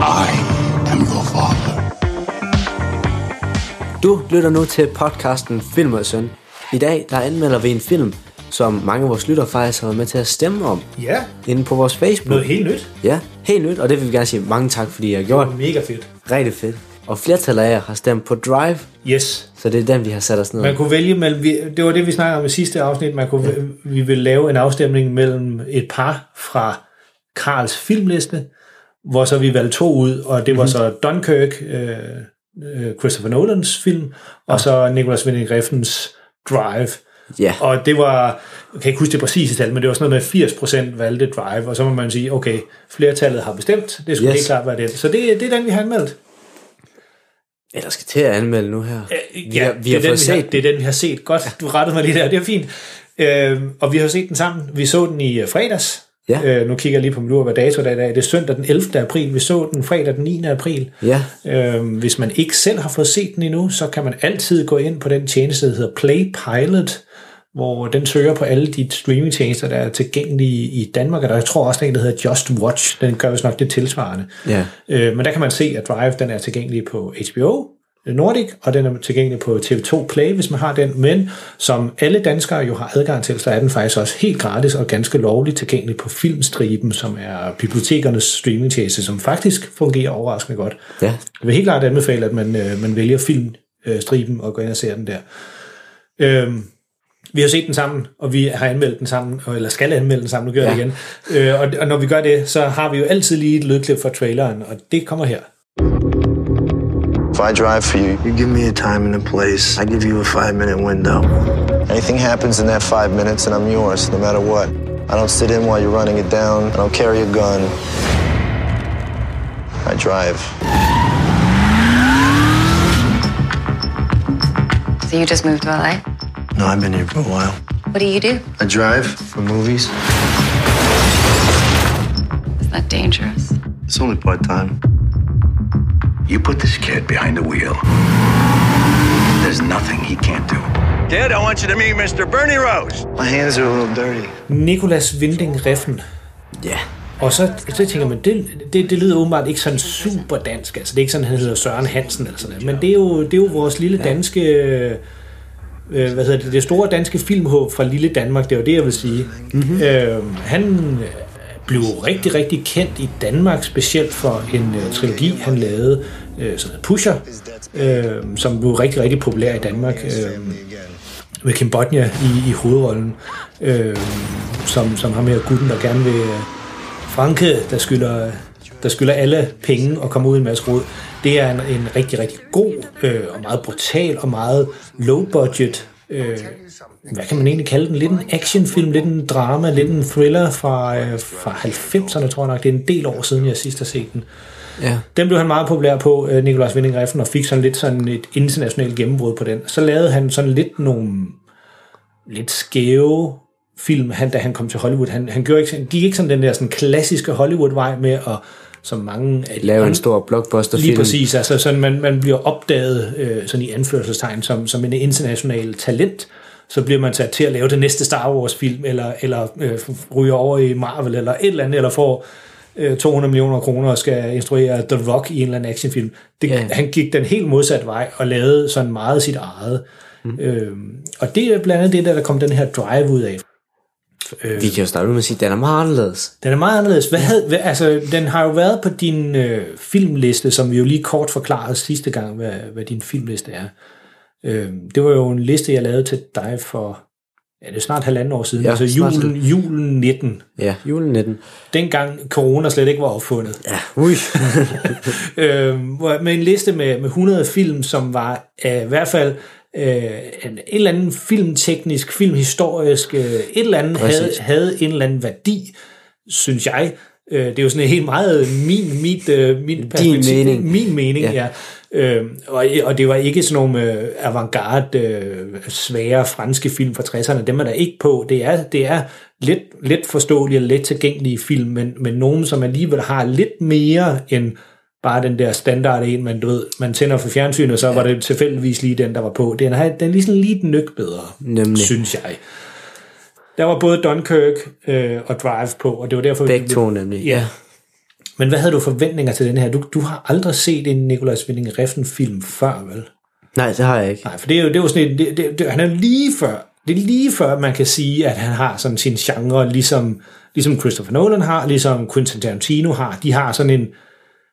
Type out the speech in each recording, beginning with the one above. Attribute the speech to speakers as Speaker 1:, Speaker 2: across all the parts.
Speaker 1: I am your father.
Speaker 2: Du lytter nu til podcasten Film og Søn. I dag der anmelder vi en film, som mange af vores lyttere faktisk har været med til at stemme om.
Speaker 3: Ja,
Speaker 2: Inde på vores Facebook.
Speaker 3: noget helt nyt.
Speaker 2: Ja, helt nyt, og det vil vi gerne sige mange tak, fordi I har gjort.
Speaker 3: Mega fedt.
Speaker 2: Rigtig fedt. Og flertallet af jer har stemt på Drive,
Speaker 3: Yes.
Speaker 2: så det er den, vi har sat os ned.
Speaker 3: Man kunne vælge mellem, vi- det var det, vi snakkede om i sidste afsnit, man kunne, vi ville lave en afstemning mellem et par fra Karls filmliste, hvor så vi valgte to ud, og
Speaker 4: Mhm.
Speaker 3: det var så Dunkirk, øh, øh, Christopher Nolans film, og så Nicolas Winding Refn's Drive.
Speaker 2: Ja.
Speaker 3: Og det var, jeg kan ikke huske det præcise tal, men det var sådan noget med 80% valgte Drive, og så må man sige, okay, flertallet har bestemt, det skulle
Speaker 2: Yes.
Speaker 3: yes. helt klart være den. Så det, det er den, vi har anmeldt.
Speaker 2: Eller skal til at anmelde nu her.
Speaker 3: Øh,
Speaker 2: vi
Speaker 3: Ja,
Speaker 2: har, vi har
Speaker 3: det, er
Speaker 2: fået
Speaker 3: den, vi har,
Speaker 2: set
Speaker 3: det er den, vi har set. Godt, du rettede mig lige der. Det er fint. Øh, og vi har jo set den sammen. Vi så den i øh, fredags.
Speaker 2: Ja.
Speaker 3: Øh, nu kigger jeg lige på min ur, hvad dato det er i dag. Det er søndag den 11. april. Vi så den fredag den 9. april.
Speaker 2: Ja.
Speaker 3: Øh, hvis man ikke selv har fået set den endnu, så kan man altid gå ind på den tjeneste, der hedder Play Pilot, hvor den søger på alle de streamingtjenester, der er tilgængelige i Danmark, og der jeg tror også der er en, der hedder Just Watch. Den gør vist nok det tilsvarende.
Speaker 2: Ja.
Speaker 3: Øh, men der kan man se, at Drive den er tilgængelig på HBO øh, Nordic, og den er tilgængelig på TV2 Play, hvis man har den. Men som alle danskere jo har adgang til, så er den faktisk også helt gratis og ganske lovligt tilgængelig på Filmstriben, som er bibliotekernes streamingtjeneste, som faktisk fungerer overraskende godt.
Speaker 2: Ja.
Speaker 3: Jeg vil helt klart anbefale, at man, øh, man vælger filmstriben og går ind og ser den der. Øhm, vi har set den sammen, og vi har anmeldt den sammen, og- eller skal anmelde den sammen, nu gør jeg
Speaker 2: Ja.
Speaker 3: ja. det igen. Øh, og, og når vi gør det, så har vi jo altid lige et lydklip fra traileren, og det kommer her.
Speaker 5: If I drive for you,
Speaker 6: You give me a time and a place. I give you a five minute window.
Speaker 5: anything happens in that five minutes and I'm yours, no matter what. I don't sit in while you're running it down. I don't carry a gun. I drive.
Speaker 7: So you just moved to LA?
Speaker 5: No, I've been here for a while.
Speaker 7: What do you do?
Speaker 5: I drive for movies.
Speaker 7: It's not dangerous.
Speaker 5: It's only part time.
Speaker 1: You put this kid behind the wheel. There's nothing he can't do. Kid, I want you to meet Mr. Bernie Rose.
Speaker 5: My hands are a little dirty.
Speaker 3: Nikolas Winding Refn.
Speaker 2: Ja.
Speaker 3: Og så, så tænker man, det, det, det lyder åbenbart ikke sådan super dansk. Altså, det er ikke sådan, han hedder Søren Hansen eller sådan noget. Men det er jo, det er jo vores lille danske... Øh, hvad hedder det? Det store danske filmhåb fra lille Danmark. Det er jo det, jeg vil sige. Mm-hmm. Øh, han øh, blev rigtig, rigtig kendt i Danmark, specielt for en øh, trilogi, han lavede, øh, som hed Pusher, øh, som blev rigtig, rigtig populær i Danmark. Øh, med Kim Bodnia i, i hovedrollen, øh, som, som har med gutten, der gerne vil øh, Franke, der skylder, der skylder alle penge og kommer ud i en masse rod. Det er en, en rigtig, rigtig god øh, og meget brutal og meget low-budget, øh, hvad kan man egentlig kalde den? Lidt en actionfilm, lidt en drama, lidt en thriller fra, øh, fra 90'erne, tror jeg nok. Det er en del år siden, jeg sidst har set den.
Speaker 2: Ja.
Speaker 3: Den blev han meget populær på, øh, Nikolajs Winding Refn, og fik sådan lidt sådan et internationalt gennembrud på den. Så lavede han sådan lidt nogle lidt skæve film, han, da han kom til Hollywood. Han, han gjorde ikke, sådan- gik ikke sådan den der sådan klassiske Hollywood-vej med at, som mange af de
Speaker 2: Lave en
Speaker 3: andre-
Speaker 2: stor blockbusterfilm.
Speaker 3: Lige præcis, altså sådan, man, man bliver opdaget øh, sådan i anførselstegn som, som en international talent, så bliver man sat til at lave det næste Star Wars-film, eller, eller øh, ryger over i Marvel, eller et eller andet, eller får øh, 200 millioner kroner og skal instruere The Rock i en eller anden actionfilm. Det,
Speaker 2: Ja.
Speaker 3: yeah. Han gik den helt modsatte vej og lavede sådan meget sit eget. Mm. Øhm, og det er blandt andet det, der, der kom den her drive ud af.
Speaker 2: Vi kan jo starte ud med at sige, at den er meget anderledes.
Speaker 3: Den er meget anderledes. Hvad havde, hvad, altså, den har jo været på din øh, filmliste, som vi jo lige kort forklarede sidste gang, hvad, hvad din filmliste er. Øh, det var jo en liste, jeg lavede til dig for ja, det er snart halvanden år siden,
Speaker 2: Ja,
Speaker 3: ja, altså
Speaker 2: snart
Speaker 3: julen, julen 19.
Speaker 2: Ja, julen 19.
Speaker 3: Dengang corona slet ikke var opfundet.
Speaker 2: Ja, ui.
Speaker 3: Øh, hvor- med en liste med, med 100 film, som var øh, i hvert fald øh, en, en eller anden filmteknisk, filmhistorisk, øh, et eller andet havde,
Speaker 2: Præcis.
Speaker 3: havde en eller anden værdi, synes jeg, Øh, det er jo sådan helt meget min, mit, øh, min perspektiv.
Speaker 2: mening.
Speaker 3: Min mening, ja. ja. Øh, og, og det var ikke sådan nogle øh, avantgarde, øh, svære franske film fra 60'erne. Dem er der ikke på. Det er, det er let, let forståelige og let tilgængelige film, men, men nogen, som alligevel har lidt mere end bare den der standard en, man, du ved, man tænder for fjernsynet, og så ja. var det tilfældigvis lige den, der var på. Den, har, den er ligesom lige den nyk bedre,
Speaker 2: Nemlig.
Speaker 3: synes jeg. Der var både Dunkirk øh, og Drive på, og det var derfor...
Speaker 2: Begge to nemlig, ja.
Speaker 3: Men hvad havde du forventninger til den her? Du, du har aldrig set en Nikolajs Winding Refn-film før, vel?
Speaker 2: Nej, det har jeg ikke.
Speaker 3: Nej, for det er jo, det er jo sådan et, det, det, det, han er lige før, det er lige før, man kan sige, at han har sådan sin genre, ligesom, ligesom Christopher Nolan har, ligesom Quentin Tarantino har. De har sådan en,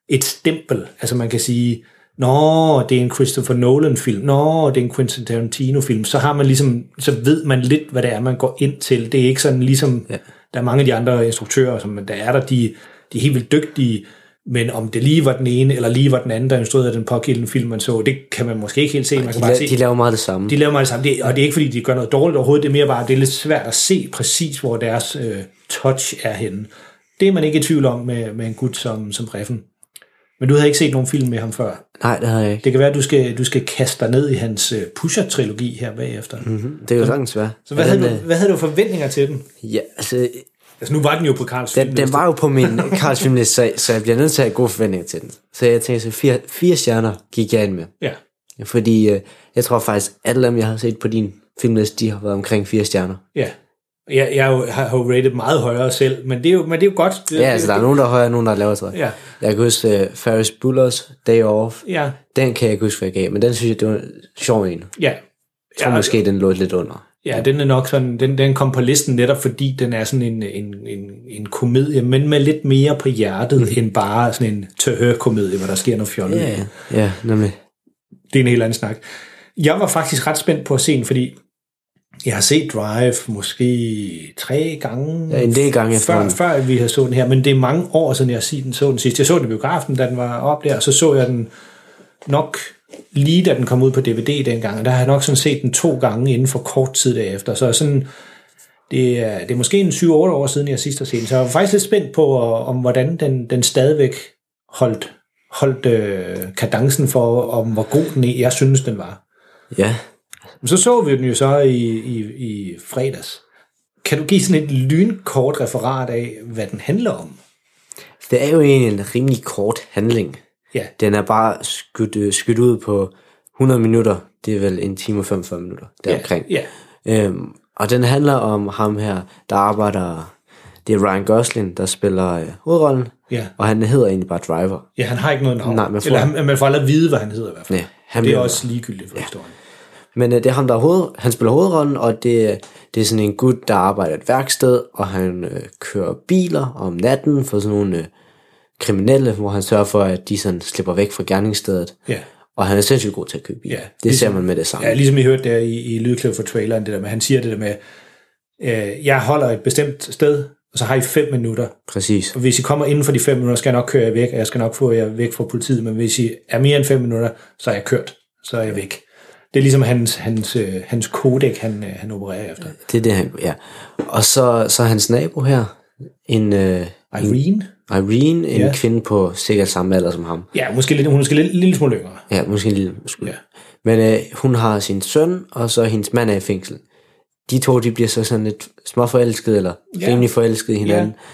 Speaker 3: et stempel. Altså man kan sige, nå, det er en Christopher Nolan-film, nå, det er en Quentin Tarantino-film, så har man ligesom, så ved man lidt, hvad det er, man går ind til. Det er ikke sådan ligesom, ja. der er mange af de andre instruktører, som der er der, de, de er helt vildt dygtige, men om det lige var den ene, eller lige var den anden, der instruerede den pågældende film, man så, det kan man måske ikke helt se. Man kan
Speaker 2: De,
Speaker 3: bare
Speaker 2: la-
Speaker 3: se,
Speaker 2: de laver meget det samme.
Speaker 3: de laver meget det samme, det, og det er ikke fordi, de gør noget dårligt overhovedet, det er mere bare, det er lidt svært at se præcis, hvor deres øh, touch er henne. Det er man ikke i tvivl om med, med en gut som, som Reffen. Men du havde ikke set nogen film med ham før.
Speaker 2: Nej, det har jeg ikke.
Speaker 3: Det kan være, at du skal, du skal kaste dig ned i hans øh, Pusher-trilogi her bagefter.
Speaker 2: Mhm.
Speaker 3: Mm-hmm.
Speaker 2: Det er jo sagtens øh, svært.
Speaker 3: Så hvad, havde du, hvad havde du forventninger til den?
Speaker 2: Ja, altså,
Speaker 3: Altså, nu var den jo på Karls
Speaker 2: den, den var jo på min Karls filmliste, så, så jeg bliver nødt til at have gode forventninger til den. Så jeg tænkte, så fire, fire stjerner gik jeg ind med.
Speaker 3: Ja.
Speaker 2: Fordi øh, jeg tror faktisk, alle dem, jeg har set på din filmliste, de har været omkring fire stjerner.
Speaker 3: Ja. Jeg, jeg er jo- har jo rated meget højere selv, men det er jo, men det er jo godt. Det,
Speaker 2: Ja, altså der er nogen, der er højere, og nogen, der er lavere, tror jeg.
Speaker 3: Ja.
Speaker 2: Jeg kan huske uh, Ferris Bueller's Day Off.
Speaker 3: Ja.
Speaker 2: Den kan jeg ikke huske, hvad jeg gav, men den synes jeg, det var en sjov en.
Speaker 3: Ja.
Speaker 2: Jeg tror
Speaker 3: Ja,
Speaker 2: måske, den lå lidt under.
Speaker 3: Ja, den er nok sådan, den, den kom på listen netop fordi den er sådan en, en, en, en komedie, men med lidt mere på hjertet mm. end bare sådan en tøhør-komedie, hvor der sker noget fjollet.
Speaker 2: Ja, ja nemlig.
Speaker 3: Det er en helt anden snak. Jeg var faktisk ret spændt på at se den, fordi jeg har set Drive måske tre gange.
Speaker 2: Ja, en del gange
Speaker 3: før,
Speaker 2: efterhånden.
Speaker 3: før vi har så den her, men det er mange år siden, jeg har set den, så den sidst. Jeg så den i biografen, da den var op der, og så så jeg den nok lige da den kom ud på DVD dengang, og der har jeg nok sådan set den to gange inden for kort tid derefter. Så sådan, det er, det er måske en 7-8 år siden, jeg sidst har set den, så jeg var faktisk lidt spændt på, og- om hvordan den, den stadigvæk holdt, holdt øh, kadencen for, om hvor god den e- jeg synes, den var.
Speaker 2: Ja.
Speaker 3: Men så så vi den jo så i, i, i fredags. Kan du give sådan et lynkort referat af, hvad den handler om?
Speaker 2: Det er jo egentlig en rimelig kort handling.
Speaker 3: Ja.
Speaker 2: Den er bare skudt, øh, skudt ud på 100 minutter. Det er vel en time og 45 minutter deromkring.
Speaker 3: Ja,
Speaker 2: Øhm, og den handler om ham her, der arbejder... Det er Ryan Gosling, der spiller øh, hovedrollen.
Speaker 3: Ja.
Speaker 2: Og han hedder egentlig bare Driver.
Speaker 3: ja, han har ikke noget navn.
Speaker 2: Nej, man får-
Speaker 3: Eller han, man får aldrig at vide, hvad han hedder i hvert fald.
Speaker 2: Ja, han
Speaker 3: det er
Speaker 2: bliver-
Speaker 3: også ligegyldigt for ja. historien.
Speaker 2: Men øh, det er ham, der er hoved, han spiller hovedrollen, og det, øh, det er sådan en gut, der arbejder i et værksted, og han øh, kører biler om natten for sådan nogle øh, kriminelle, hvor han sørger for, at de sådan slipper væk fra gerningsstedet.
Speaker 3: Ja.
Speaker 2: Og han er sindssygt god til at købe biler.
Speaker 3: Ja,
Speaker 2: det ser
Speaker 3: ligesom-
Speaker 2: man med det samme.
Speaker 3: Ja, ligesom I hørte der i, i lydklip for traileren, det der med, han siger det der med, øh, jeg holder et bestemt sted, og så har I fem minutter.
Speaker 2: Præcis.
Speaker 3: Og hvis I kommer inden for de fem minutter, skal jeg nok køre jer væk, og jeg skal nok få jer væk fra politiet, men hvis I er mere end fem minutter, så er jeg kørt, så er jeg væk. Det er ligesom hans, hans, øh, hans kodek, han, øh, han opererer efter.
Speaker 2: Det er det, han... Ja. Og så, så er hans nabo her, en... Øh,
Speaker 3: Irene?
Speaker 2: Irene, en
Speaker 3: Ja.
Speaker 2: kvinde på cirka samme alder som ham.
Speaker 3: Ja, måske lidt, hun er måske lidt, lille smule yngre.
Speaker 2: Ja, måske en lille skud.
Speaker 3: Ja.
Speaker 2: Men øh, hun har sin søn, og så hendes mand er i fængsel. De to, de bliver så sådan lidt småforelskede, eller
Speaker 3: Ja.
Speaker 2: ja. rimelig forelskede i hinanden. Ja.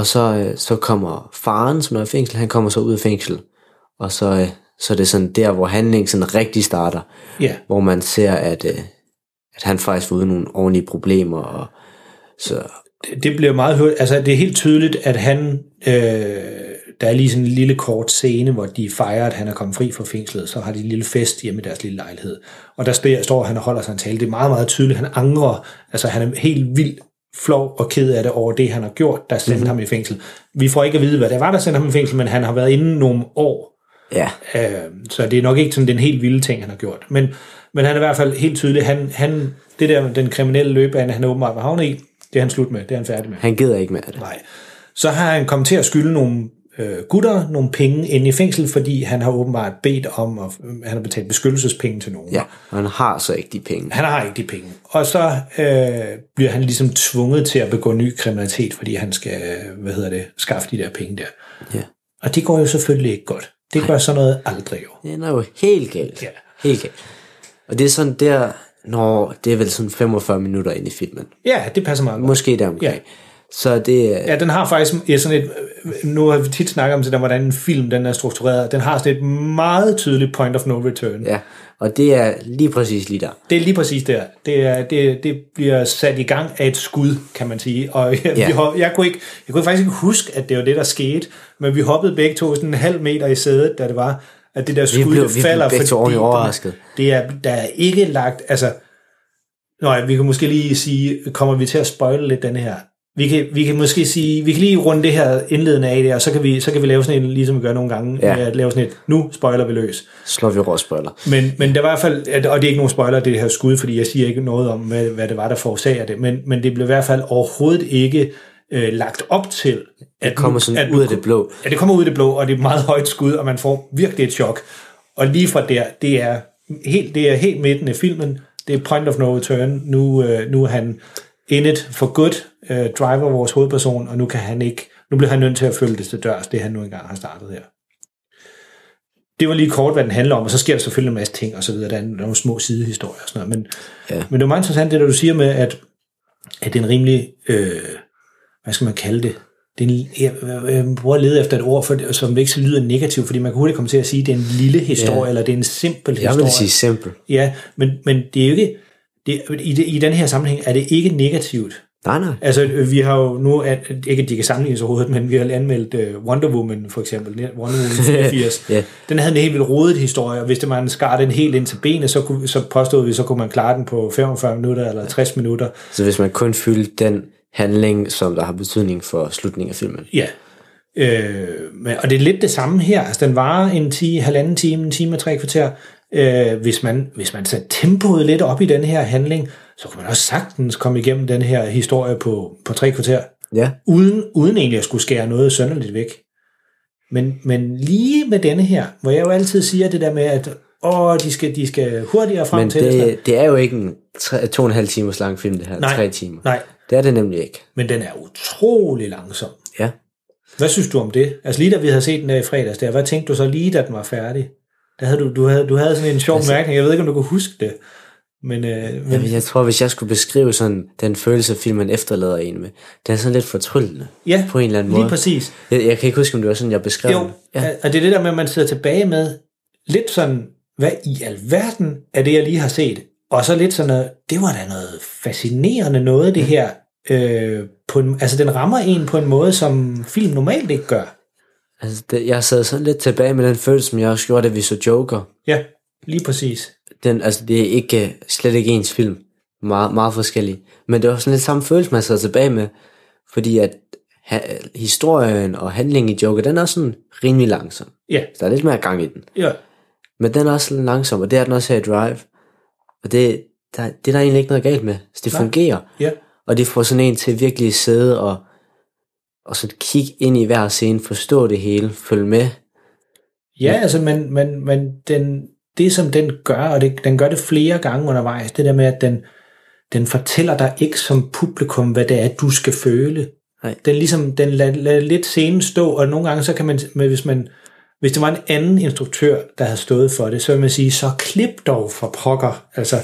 Speaker 2: Og så, øh, så kommer faren, som er i fængsel, han kommer så ud af fængsel. Og så, øh, så er det sådan der, hvor handlingen sådan rigtig starter.
Speaker 3: Ja,
Speaker 2: Hvor man ser, at, øh, at han faktisk var ude i nogle ordentlige problemer. Og, så,
Speaker 3: det- det bliver meget hørt. Altså, det er helt tydeligt, at han... Øh, der er lige sådan en lille kort scene, hvor de fejrer, at han er kommet fri fra fængslet. Så har de en lille fest hjemme i deres lille lejlighed. Og der står- står han og holder sig en tale. Det er meget, meget tydeligt. Han angrer. Altså, han er helt vildt flov og ked af det over det, han har gjort, der sendte mm-hmm. ham i fængsel. Vi får ikke at vide, hvad det var, der sendte ham i fængsel, men han har været inde nogle år
Speaker 2: ja.
Speaker 3: Øh, så det er nok ikke sådan den helt vilde ting, han har gjort. Men, men han er i hvert fald helt tydelig. Han, han, det der, den kriminelle løbebane, han åbenbart var havnet i, det er han slut med. Det er han færdig med.
Speaker 2: Han gider ikke med det.
Speaker 3: Nej. Så har han kommet til at skylde nogle øh, gutter nogle penge inde i fængsel, fordi han har åbenbart bedt om, at øh, han har betalt beskyttelsespenge til nogen.
Speaker 2: Ja, og han har så ikke de penge.
Speaker 3: Han har ikke de penge. Og så øh, bliver han ligesom tvunget til at begå ny kriminalitet, fordi han skal, øh, hvad hedder det, skaffe de der penge der.
Speaker 2: Ja.
Speaker 3: Og det går jo selvfølgelig ikke godt. Det gør sådan noget aldrig jo.
Speaker 2: Den er jo helt galt.
Speaker 3: Ja.
Speaker 2: Helt galt. Og det er sådan der, når det er vel sådan 45 minutter ind i filmen.
Speaker 3: Ja, det passer meget godt.
Speaker 2: Måske der omkring.
Speaker 3: Ja.
Speaker 2: Så det er...
Speaker 3: Ja, den har faktisk ja, sådan et, øh, nu har vi tit snakket om, sådan, hvordan en film den er struktureret. Den har sådan et meget tydeligt point of no return.
Speaker 2: Ja, og det er lige præcis lige der.
Speaker 3: Det er lige præcis der. Det, er, det, det bliver sat i gang af et skud, kan man sige. Og jeg, ja. vi, hop- jeg, kunne ikke, jeg kunne faktisk ikke huske, at det var det, der skete, men vi hoppede begge to sådan en halv meter i sædet, da det var, at det der skud
Speaker 2: blev- vi blev
Speaker 3: falder.
Speaker 2: begge to
Speaker 3: fordi
Speaker 2: ordentligt
Speaker 3: den-
Speaker 2: overrasket.
Speaker 3: Det er, der er ikke lagt... Altså, nej, vi kan måske lige sige, kommer vi til at spoile lidt den her? Vi kan, vi kan måske sige, vi kan lige runde det her indledende af det, og så kan vi, så kan vi lave sådan en, ligesom vi gør nogle gange,
Speaker 2: Ja.
Speaker 3: ja. med at lave sådan et, nu spoiler vi løs.
Speaker 2: Slår vi råspoiler.
Speaker 3: Men, men der var i hvert fald, at- og det er ikke nogen spoiler, det her skud, fordi jeg siger ikke noget om, hvad, hvad det var, der forårsager det, men, men det blev i hvert fald overhovedet ikke øh, lagt op til, at
Speaker 2: Det kommer sådan ud af det blå.
Speaker 3: Ja, det kommer ud af det blå, og det er et meget højt skud, og man får virkelig et chok. Og lige fra der, det er helt, det er helt midten af filmen, det er point of no return, nu, øh, nu er han in it for good, øh, driver vores hovedperson, og nu kan han ikke, nu bliver han nødt til at følge det til dørs, det han nu engang har startet her det var lige kort, hvad den handler om, og så sker der selvfølgelig en masse ting og så videre. Der er en- der er nogle små sidehistorier og sådan noget. Men,
Speaker 2: Ja.
Speaker 3: men det var meget interessant, det der du siger med, at, at det er en rimelig, øh, hvad skal man kalde det? det er en, jeg, jeg, jeg prøver at lede efter et ord, for, det, som ikke så lyder negativt, fordi man kan hurtigt komme til at sige, at det er en lille historie,
Speaker 2: Ja.
Speaker 3: eller det er en simpel
Speaker 2: Jeg
Speaker 3: historie.
Speaker 2: vil sige simpel.
Speaker 3: Ja, men, men det er jo ikke, det, i, det, i den her sammenhæng er det ikke negativt.
Speaker 2: Nej, nej.
Speaker 3: Altså, øh, vi har jo nu, at- ikke at de kan sammenlignes overhovedet, men vi har anmeldt øh, Wonder Woman, for eksempel, Wonder Woman 84.
Speaker 2: Ja.
Speaker 3: Den havde en helt vildt rodet historie, og hvis det, man skar den helt ind til benet, så, kunne, så påstod vi, så kunne man klare den på 45 minutter eller 60 minutter.
Speaker 2: Så hvis man kun fyldte den handling, som der har betydning for slutningen af filmen.
Speaker 3: Ja. Øh, men, og det er lidt det samme her. Altså, den varer en ti, halvanden time, en time og tre kvarter. Øh, hvis, man, hvis man satte tempoet lidt op i den her handling, så kunne man også sagtens komme igennem den her historie på, på tre kvarter.
Speaker 2: Ja.
Speaker 3: uden, uden egentlig at skulle skære noget sønderligt væk. Men, men lige med denne her, hvor jeg jo altid siger det der med, at åh, de skal, de skal hurtigere frem
Speaker 2: Men
Speaker 3: til. og sådan noget.
Speaker 2: det, det er jo ikke en tre, to og en halv timers lang film, det her.
Speaker 3: Nej.
Speaker 2: Tre timer.
Speaker 3: Nej,
Speaker 2: Det er det nemlig ikke.
Speaker 3: men den er utrolig langsom.
Speaker 2: Ja.
Speaker 3: Hvad synes du om det? Altså lige da vi havde set den der i fredags der, hvad tænkte du så lige da den var færdig? Der havde du, du, havde, du havde sådan en sjov altså, mærkning, jeg ved ikke om du kunne huske det. Men, øh, men
Speaker 2: Jamen, jeg tror, hvis jeg skulle beskrive sådan den følelse, filmen efterlader en med, den er sådan lidt fortryllende.
Speaker 3: ja,
Speaker 2: på en eller anden
Speaker 3: lige
Speaker 2: måde.
Speaker 3: præcis.
Speaker 2: Jeg, jeg kan ikke huske, om det var sådan, jeg beskrev
Speaker 3: Jo,
Speaker 2: den.
Speaker 3: ja. og det er det der med, at man sidder tilbage med lidt sådan, hvad i alverden er det, jeg lige har set? Og så lidt sådan noget, det var da noget fascinerende noget, det her. Øh, på en, altså, den rammer en på en måde, som film normalt ikke gør.
Speaker 2: Altså, det, jeg sad sådan lidt tilbage med den følelse, som jeg også gjorde, da vi så Joker.
Speaker 3: Ja, lige præcis.
Speaker 2: Den, altså, det er ikke, øh, slet ikke ens film. Meget, meget forskellig. Men det var sådan lidt samme følelse, man sad tilbage med. Fordi at ha, historien og handlingen i Joker, den er sådan rimelig langsom.
Speaker 3: Ja,
Speaker 2: Så der er lidt mere gang i den.
Speaker 3: ja.
Speaker 2: Men den er også lidt langsom, og det er den også her i Drive. Og det, der, det er der egentlig ikke noget galt med. Så det
Speaker 3: Nej.
Speaker 2: fungerer.
Speaker 3: ja.
Speaker 2: Og det får sådan en til virkelig at sidde og, og sådan kigge ind i hver scene, forstå det hele, følge med.
Speaker 3: Ja, altså, men, men, men den, det som den gør, og det, den gør det flere gange undervejs, det der med, at den, den fortæller dig ikke som publikum, hvad det er, du skal føle.
Speaker 2: Nej.
Speaker 3: Den, ligesom, den lader, lader lidt scenen stå, og nogle gange, så kan man, men hvis man, hvis det var en anden instruktør, der havde stået for det, så vil man sige, så klip dog for pokker. Altså,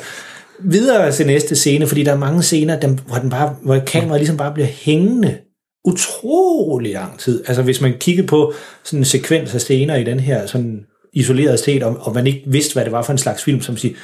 Speaker 3: videre til næste scene, fordi der er mange scener, dem, hvor, den bare, hvor kameraet ligesom bare bliver hængende utrolig lang tid. Altså hvis man kiggede på sådan en sekvens af scener i den her sådan isoleret set, og, og man ikke vidste, hvad det var for en slags film, som siger,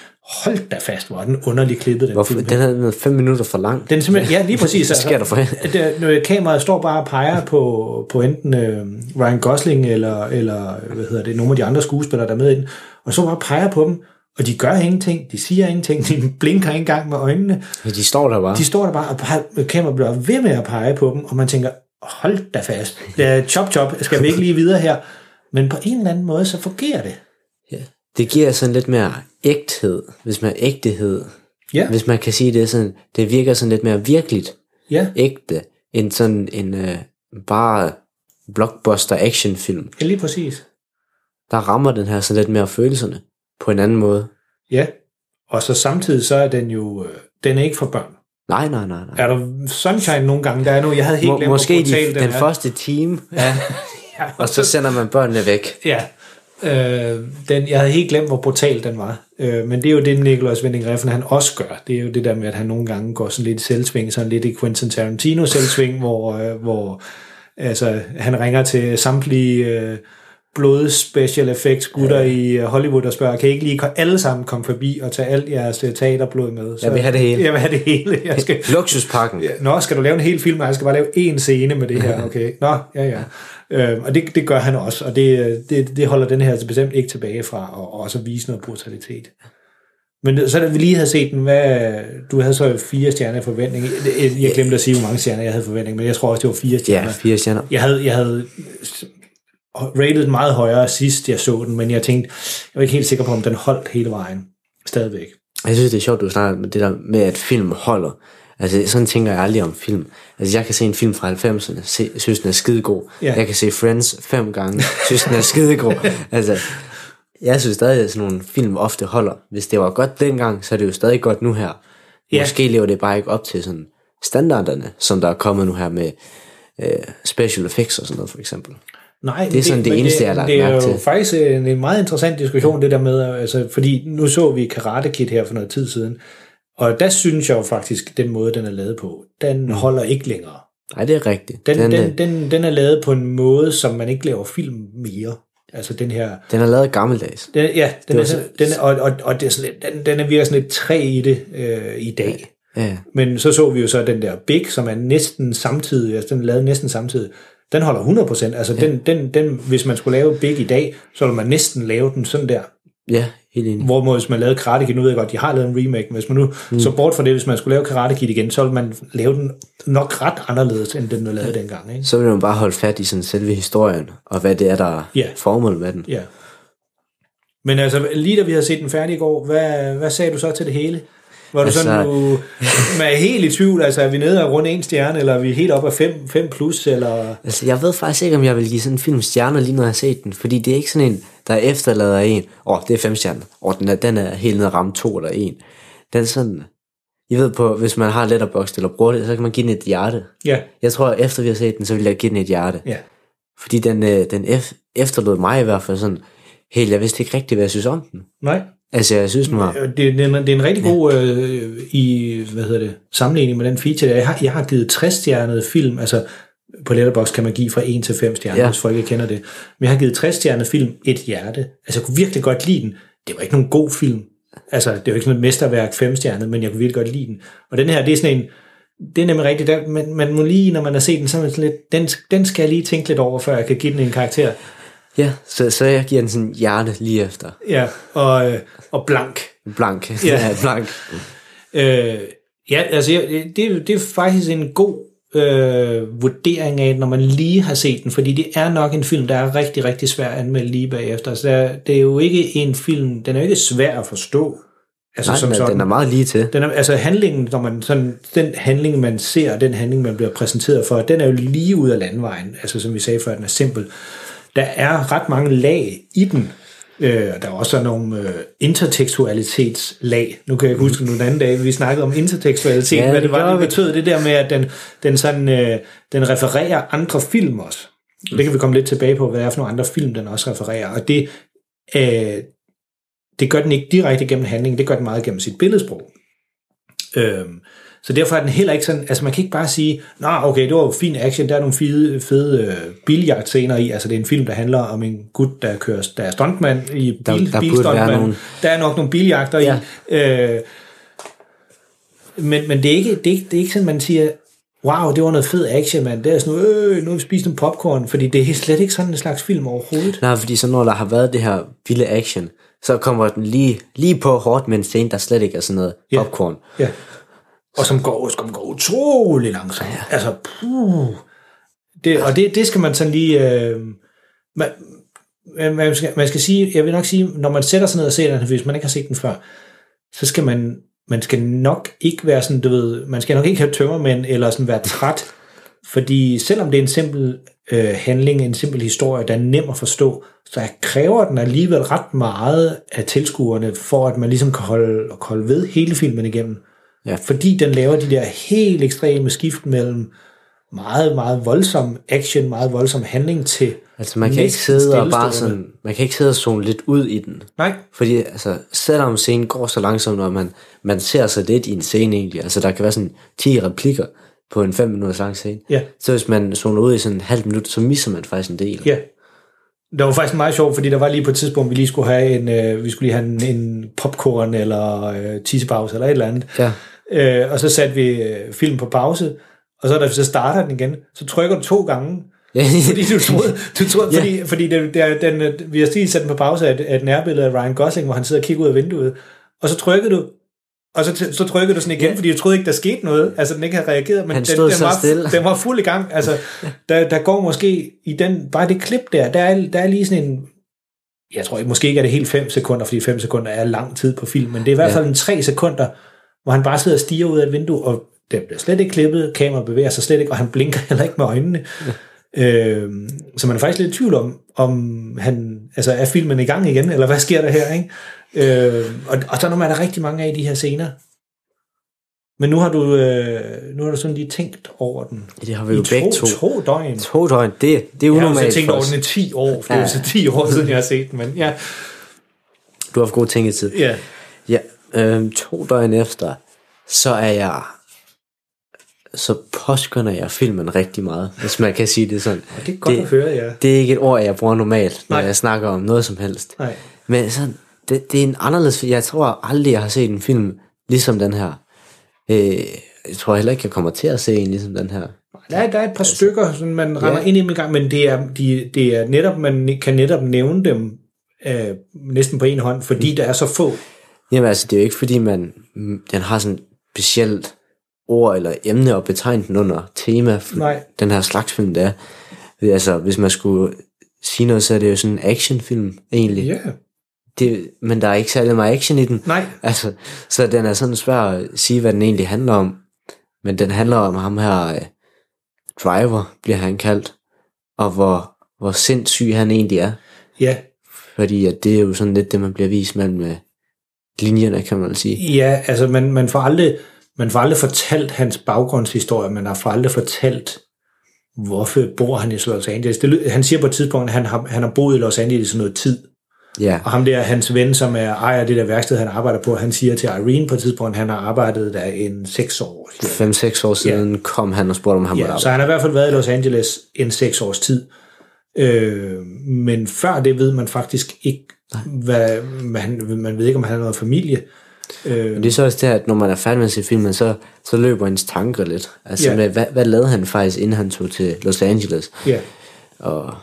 Speaker 3: hold da fast, hvor er den underlig klippet, den
Speaker 2: Hvorfor,
Speaker 3: film.
Speaker 2: den havde været fem minutter for lang.
Speaker 3: Den er simpelthen, ja, lige præcis.
Speaker 2: Hvad sker der for
Speaker 3: altså, at, øh, når kameraet står bare og peger på, på enten øh, Ryan Gosling eller, eller hvad hedder det, nogle af de andre skuespillere, der er med ind, og så bare peger på dem, og de gør ingenting, de siger ingenting, de blinker ikke engang med øjnene.
Speaker 2: De står der bare.
Speaker 3: De står der bare, og peger, kameraet bliver ved med at pege på dem, og man tænker, hold da fast, ja, chop chop, skal vi ikke lige videre her? Men på en eller anden måde, så fungerer det.
Speaker 2: Det giver sådan lidt mere ægthed, hvis man ægtehed.
Speaker 3: Ja,
Speaker 2: Hvis man kan sige det sådan, det virker sådan lidt mere virkeligt
Speaker 3: ja,
Speaker 2: ægte, end sådan en øh, bare blockbuster actionfilm,
Speaker 3: Ja, lige præcis.
Speaker 2: der rammer den her sådan lidt mere følelserne på en anden måde.
Speaker 3: Ja, og så samtidig så er den jo, øh, den er ikke for børn.
Speaker 2: Nej, nej, nej. nej.
Speaker 3: Er der sunshine nogle gange? Der er nu, jeg havde helt
Speaker 2: Må,
Speaker 3: glemt,
Speaker 2: måske
Speaker 3: hvor
Speaker 2: de,
Speaker 3: brutal
Speaker 2: den, den
Speaker 3: er.
Speaker 2: første time, ja.
Speaker 3: Ja,
Speaker 2: og så sender man børnene væk.
Speaker 3: Ja, øh, den, jeg havde helt glemt, hvor brutal den var. Øh, men det er jo det, Nikolajs Vending Refn, han også gør. Det er jo det der med, at han nogle gange går sådan lidt i selvsving, sådan lidt i Quentin Tarantino selvsving, hvor, øh, hvor altså, han ringer til samtlige øh, blod special effects gutter i øh, Hollywood og spørger, kan I ikke lige ko- alle sammen komme forbi og tage alt jeres øh, teaterblod med?
Speaker 2: Jeg vil have det hele.
Speaker 3: Jeg vil have det hele. Jeg skal,
Speaker 2: Luksuspakken. Ja.
Speaker 3: Nå, skal du lave en hel film, og jeg skal bare lave en scene med det her, okay? Nå, ja, ja. Øhm, og det, det gør han også, og det, øh, det, det holder den her altså bestemt ikke tilbage fra, og og også vise noget brutalitet. Men så da vi lige havde set den, hvad, du havde så fire stjerner i forventning. Jeg, jeg glemte at sige, hvor mange stjerner jeg havde i forventning, men jeg tror også, det var fire stjerner.
Speaker 2: Ja, fire stjerner.
Speaker 3: Jeg havde, jeg havde rated den meget højere sidst, jeg så den, men jeg tænkte, jeg var ikke helt sikker på, om den holdt hele vejen stadigvæk.
Speaker 2: Jeg synes, det er sjovt, du snakker med det der med, at film holder. Altså, sådan tænker jeg aldrig om film. Altså, jeg kan se en film fra 90'erne, se, synes den er skidegod.
Speaker 3: Ja.
Speaker 2: Ja. Jeg kan se Friends fem gange, synes den er skidegod. altså, jeg synes stadig, at sådan nogle film ofte holder. Hvis det var godt dengang, så er det jo stadig godt nu her.
Speaker 3: Ja.
Speaker 2: Ja. Måske lever det bare ikke op til sådan standarderne, som der er kommet nu her med øh, special effects og sådan noget, for eksempel.
Speaker 3: Nej,
Speaker 2: Det er sådan det
Speaker 3: men
Speaker 2: eneste, jeg har lagt
Speaker 3: Det er
Speaker 2: mærke
Speaker 3: jo
Speaker 2: til.
Speaker 3: faktisk en, en meget interessant diskussion, det der med, altså, fordi nu så vi Karate Kid her for noget tid siden, og der synes jeg jo faktisk, den måde, den er lavet på, den holder ikke længere.
Speaker 2: Nej, det er rigtigt.
Speaker 3: Den, den,
Speaker 2: Mm. øh,
Speaker 3: den, den, den er lavet på en måde, som man ikke laver film mere. Altså den her...
Speaker 2: den er lavet gammeldags.
Speaker 3: Den, ja, den,
Speaker 2: var
Speaker 3: er, sådan- den, er- og, og, og det er sådan, lidt- den, den er virkelig sådan et træ i det øh, i dag.
Speaker 2: Ja.
Speaker 3: Men så så vi jo så den der Big, som er næsten samtidig, altså den er lavet næsten samtidig, den holder 100%. Altså ja. den, den, den, hvis man skulle lave Big i dag, så ville man næsten lave den sådan der.
Speaker 2: ja, helt enig.
Speaker 3: Hvorimod hvis man lavede Karate Kid, nu ved jeg godt, de har lavet en remake, men hvis man nu mm. så bort fra det, hvis man skulle lave Karate Kid igen, så ville man lave den nok ret anderledes, end den blev lavet ja. dengang. Ikke?
Speaker 2: så vil man bare holde fat i sådan selve historien, og hvad det er, der er
Speaker 3: Ja.
Speaker 2: formålet med den.
Speaker 3: Ja. Men altså, lige da vi havde set den færdig i går, hvad, hvad sagde du så til det hele? Var du altså,
Speaker 2: Altså-
Speaker 3: sådan, du man er helt i tvivl, altså er vi nede og runde en stjerne, eller er vi helt op af 5, 5 plus, eller...
Speaker 2: Altså, jeg ved faktisk ikke, om jeg vil give sådan en film stjerner, lige når jeg har set den, fordi det er ikke sådan en, der efterlader en, åh, oh, det er fem stjerner, åh, oh, den, er, den er helt nede at ramme to eller en. Den er sådan, jeg ved på, hvis man har letterbox eller bruger det, så kan man give den et hjerte.
Speaker 3: Ja,
Speaker 2: Jeg tror, efter vi har set den, så vil jeg give den et hjerte.
Speaker 3: ja.
Speaker 2: Fordi den, øh, den ef- efterlod mig i hvert fald sådan, helt, jeg vidste ikke rigtigt, hvad jeg synes om den.
Speaker 3: Nej,
Speaker 2: Altså, jeg synes, den var...
Speaker 3: øh, det, det, er en- det er en rigtig god øh, i, hvad hedder det, sammenligning med den feature. der. Jeg har, jeg har givet 60 stjernede film, altså på Letterboxd kan man give fra 1 til 5 stjerner, ja.
Speaker 2: Ja.
Speaker 3: hvis folk ikke kender det. Men jeg har givet 60 stjernede film et hjerte. Altså jeg kunne virkelig godt lide den. Det var ikke nogen god film. Altså det var ikke sådan et mesterværk 5 stjernet, men jeg kunne virkelig godt lide den. Og den her, det er sådan en, det er nemlig rigtigt, der, man, man må lige, når man har set den, så er man sådan lidt, den, den skal jeg lige tænke lidt over, før jeg kan give den en karakter.
Speaker 2: Ja, så, så jeg giver den sådan hjerte lige efter.
Speaker 3: Ja, og, øh, og blank.
Speaker 2: Blank.
Speaker 3: Ja.
Speaker 2: Ja, ja blank.
Speaker 3: Øh, ja, altså jeg- det, det det er faktisk en god øh, vurdering af, når man lige har set den, fordi det er nok en film, der er rigtig, rigtig svær at anmelde lige bagefter. Så der, det er jo ikke en film, den er jo ikke svær at forstå. Altså,
Speaker 2: Nej,
Speaker 3: som
Speaker 2: den, er-
Speaker 3: sådan.
Speaker 2: den er meget lige til.
Speaker 3: Den er, altså handlingen, når man sådan, den handling, man ser, og den handling, man bliver præsenteret for, den er jo lige ud af landvejen, altså som vi sagde før, den er simpel. Der er ret mange lag i den, øh, og der er også nogle øh, intertekstualitetslag. Nu kan jeg ikke huske den anden dag, vi snakkede om intertekstualitet,
Speaker 2: Mm. Ja,
Speaker 3: ja, hvad
Speaker 2: det
Speaker 3: det var,
Speaker 2: gjorde
Speaker 3: det
Speaker 2: vi.
Speaker 3: betød det der med, at den, den, sådan, øh, den refererer andre film også. Det kan vi komme lidt tilbage på, hvad det er for nogle andre film, den også refererer. Og det, øh, det gør den ikke direkte gennem handlingen, det gør den meget gennem sit billedsprog. Øhm, så derfor er den heller ikke sådan, altså man kan ikke bare sige, nå okay, det var jo fin action, der er nogle fede, fede øh, biljardscener i, altså det er en film, der handler om en gut, der kører, der er stuntmand i bil,
Speaker 2: Der- der burde
Speaker 3: bilstuntmand.
Speaker 2: være nogle-
Speaker 3: der er nok nogle biljagter ja. i. Øh, men, men det, er ikke, det, er ikke, det er ikke sådan, man siger, wow, det var noget fed action, mand. Det er sådan, øh, nu har vi spist en popcorn, fordi det er slet ikke sådan en slags film overhovedet.
Speaker 2: Nej, fordi så når der har været det her vilde action, så kommer den lige, lige på hårdt med en scene, der slet ikke er sådan noget
Speaker 3: Ja.
Speaker 2: popcorn.
Speaker 3: Ja. Og som går, som går utrolig langsomt. Ja. Altså, puh. Det, og det, det skal man sådan lige... Øh, man, man- Øhm, man, skal, man skal sige, jeg vil nok sige, når man sætter sig ned og ser den, hvis man ikke har set den før, så skal man, man skal nok ikke være sådan, du ved, man skal nok ikke have tømmermænd, eller sådan være træt, fordi selvom det er en simpel øh, handling, en simpel historie, der er nem at forstå, så jeg kræver den alligevel ret meget af tilskuerne, for at man ligesom kan holde, holde ved hele filmen igennem. Ja. Fordi den laver de der helt ekstreme skift mellem meget, meget voldsom action, meget voldsom handling til
Speaker 2: Altså man kan ikke
Speaker 3: næsten
Speaker 2: sidde og bare
Speaker 3: stillestående.
Speaker 2: sådan, man kan ikke sidde og zone lidt ud i den.
Speaker 3: Nej.
Speaker 2: Fordi altså, selvom scenen går så langsomt, og man, man ser sig lidt i en scene egentlig, altså der kan være sådan 10 replikker på en 5 minutters lang scene,
Speaker 3: Ja.
Speaker 2: så hvis man zoner ud i sådan en halv minut, så misser man faktisk en del.
Speaker 3: Ja. Det var faktisk meget sjovt, fordi der var lige på et tidspunkt, vi lige skulle have en, øh, vi skulle lige have en, en popcorn eller øh, tissepause eller et eller andet.
Speaker 2: Ja.
Speaker 3: Øh, og så satte vi øh, filmen på pause, og så da vi så starter den igen, så trykker du to gange.
Speaker 2: Ja.
Speaker 3: fordi du troede, du troede
Speaker 2: Ja.
Speaker 3: ja. fordi, fordi det, det er, den, øh, vi har lige sat den på pause af et, af et nærbillede af Ryan Gosling, hvor han sidder og kigger ud af vinduet, og så trykkede du, og så, t- så trykkede du sådan igen, ja. fordi du troede ikke, der skete noget. Altså, den ikke havde reageret, men
Speaker 2: Han
Speaker 3: den, den,
Speaker 2: stod så
Speaker 3: var,
Speaker 2: stille.
Speaker 3: den var fuld i gang. Altså, der, der går måske i den, bare det klip der, der er, der er lige sådan en, jeg tror ikke, måske ikke er det helt 5 sekunder, fordi 5 sekunder er lang tid på film, men det er i hvert
Speaker 2: Ja.
Speaker 3: fald en 3 sekunder, hvor han bare sidder og stiger ud af et vindue, og den bliver slet ikke klippet, kameraet bevæger sig slet ikke, og han blinker heller ikke med øjnene. Øh, så man er faktisk lidt i tvivl om, om han, altså er filmen i gang igen, eller hvad sker der her, ikke? Øh, og, og sådan nogle er der rigtig mange af i de her scener. Men nu har du, øh, nu har du sådan lige tænkt over den.
Speaker 2: Det har vi jo
Speaker 3: I
Speaker 2: begge to.
Speaker 3: to. to døgn.
Speaker 2: To døgn, det, det er
Speaker 3: Jeg har jo
Speaker 2: unormalt
Speaker 3: så tænkt
Speaker 2: for
Speaker 3: over
Speaker 2: os.
Speaker 3: den i 10 år, for ja. det er jo
Speaker 2: Ja.
Speaker 3: så 10 år siden, jeg har set den, men ja.
Speaker 2: Du har haft god tænketid.
Speaker 3: ja.
Speaker 2: Ja, øhm, to døgn efter, så er jeg så påskynder jeg filmen rigtig meget, hvis man kan sige det sådan.
Speaker 3: Det er godt det, at høre, ja.
Speaker 2: Det er ikke et ord, jeg bruger normalt, når
Speaker 3: Nej.
Speaker 2: Nej. jeg snakker om noget som helst.
Speaker 3: Nej.
Speaker 2: Men sådan, det, det er en anderledes film. Jeg tror aldrig, jeg har set en film ligesom den her. Øh, jeg tror heller ikke, jeg kommer til at se en ligesom den her.
Speaker 3: Der er, der er et par stykker, sådan man render
Speaker 2: Altså- ja.
Speaker 3: ind i dem i gang, men det er, de, det er netop, man kan netop nævne dem øh, næsten på en hånd,
Speaker 2: Mm.
Speaker 3: fordi der er så få.
Speaker 2: Jamen altså, det er jo ikke fordi, man, mm, den har sådan et specielt ord eller emne at betegne den under tema, for
Speaker 3: Nej.
Speaker 2: den her slags film, der er. Altså, hvis man skulle sige noget, så er det jo sådan en actionfilm, egentlig. Det, men der er ikke særlig meget action i den.
Speaker 3: Nej.
Speaker 2: Altså, så den er sådan svær at sige, hvad den egentlig handler om. Men den handler om ham her, øh, driver bliver han kaldt, og hvor, hvor sindssyg han egentlig er.
Speaker 3: Ja.
Speaker 2: Fordi at det er jo sådan lidt det, man bliver vist mellem øh, linjerne, kan man vel sige.
Speaker 3: Ja, altså man, man, får aldrig, man får aldrig fortalt hans baggrundshistorie, man har får aldrig fortalt, hvorfor bor han i Los Angeles. Det, lyder- han siger på et tidspunkt, at han har, han har boet i Los Angeles i noget tid,
Speaker 2: Ja,
Speaker 3: Og ham der, hans ven, som er ejer af det der værksted, han arbejder på, han siger til Irene på et tidspunkt, han har arbejdet der en seks år. siger han.
Speaker 2: 5-6 år siden ja. kom han og spurgte, om han ja,
Speaker 3: Ja,
Speaker 2: måtte
Speaker 3: så
Speaker 2: arbejde.
Speaker 3: han har i hvert fald været i Los Angeles en seks års tid. Øh, men før det ved man faktisk ikke, hvad, man, man ved ikke, om han har noget familie. Øh,
Speaker 2: Men det er så også det, her, at når man er færdig med at se filmen, så, så løber ens tanker lidt. Altså
Speaker 3: Ja.
Speaker 2: ja. med, hvad, hvad lavede han faktisk, inden han tog til Los Angeles?
Speaker 3: ja.
Speaker 2: Og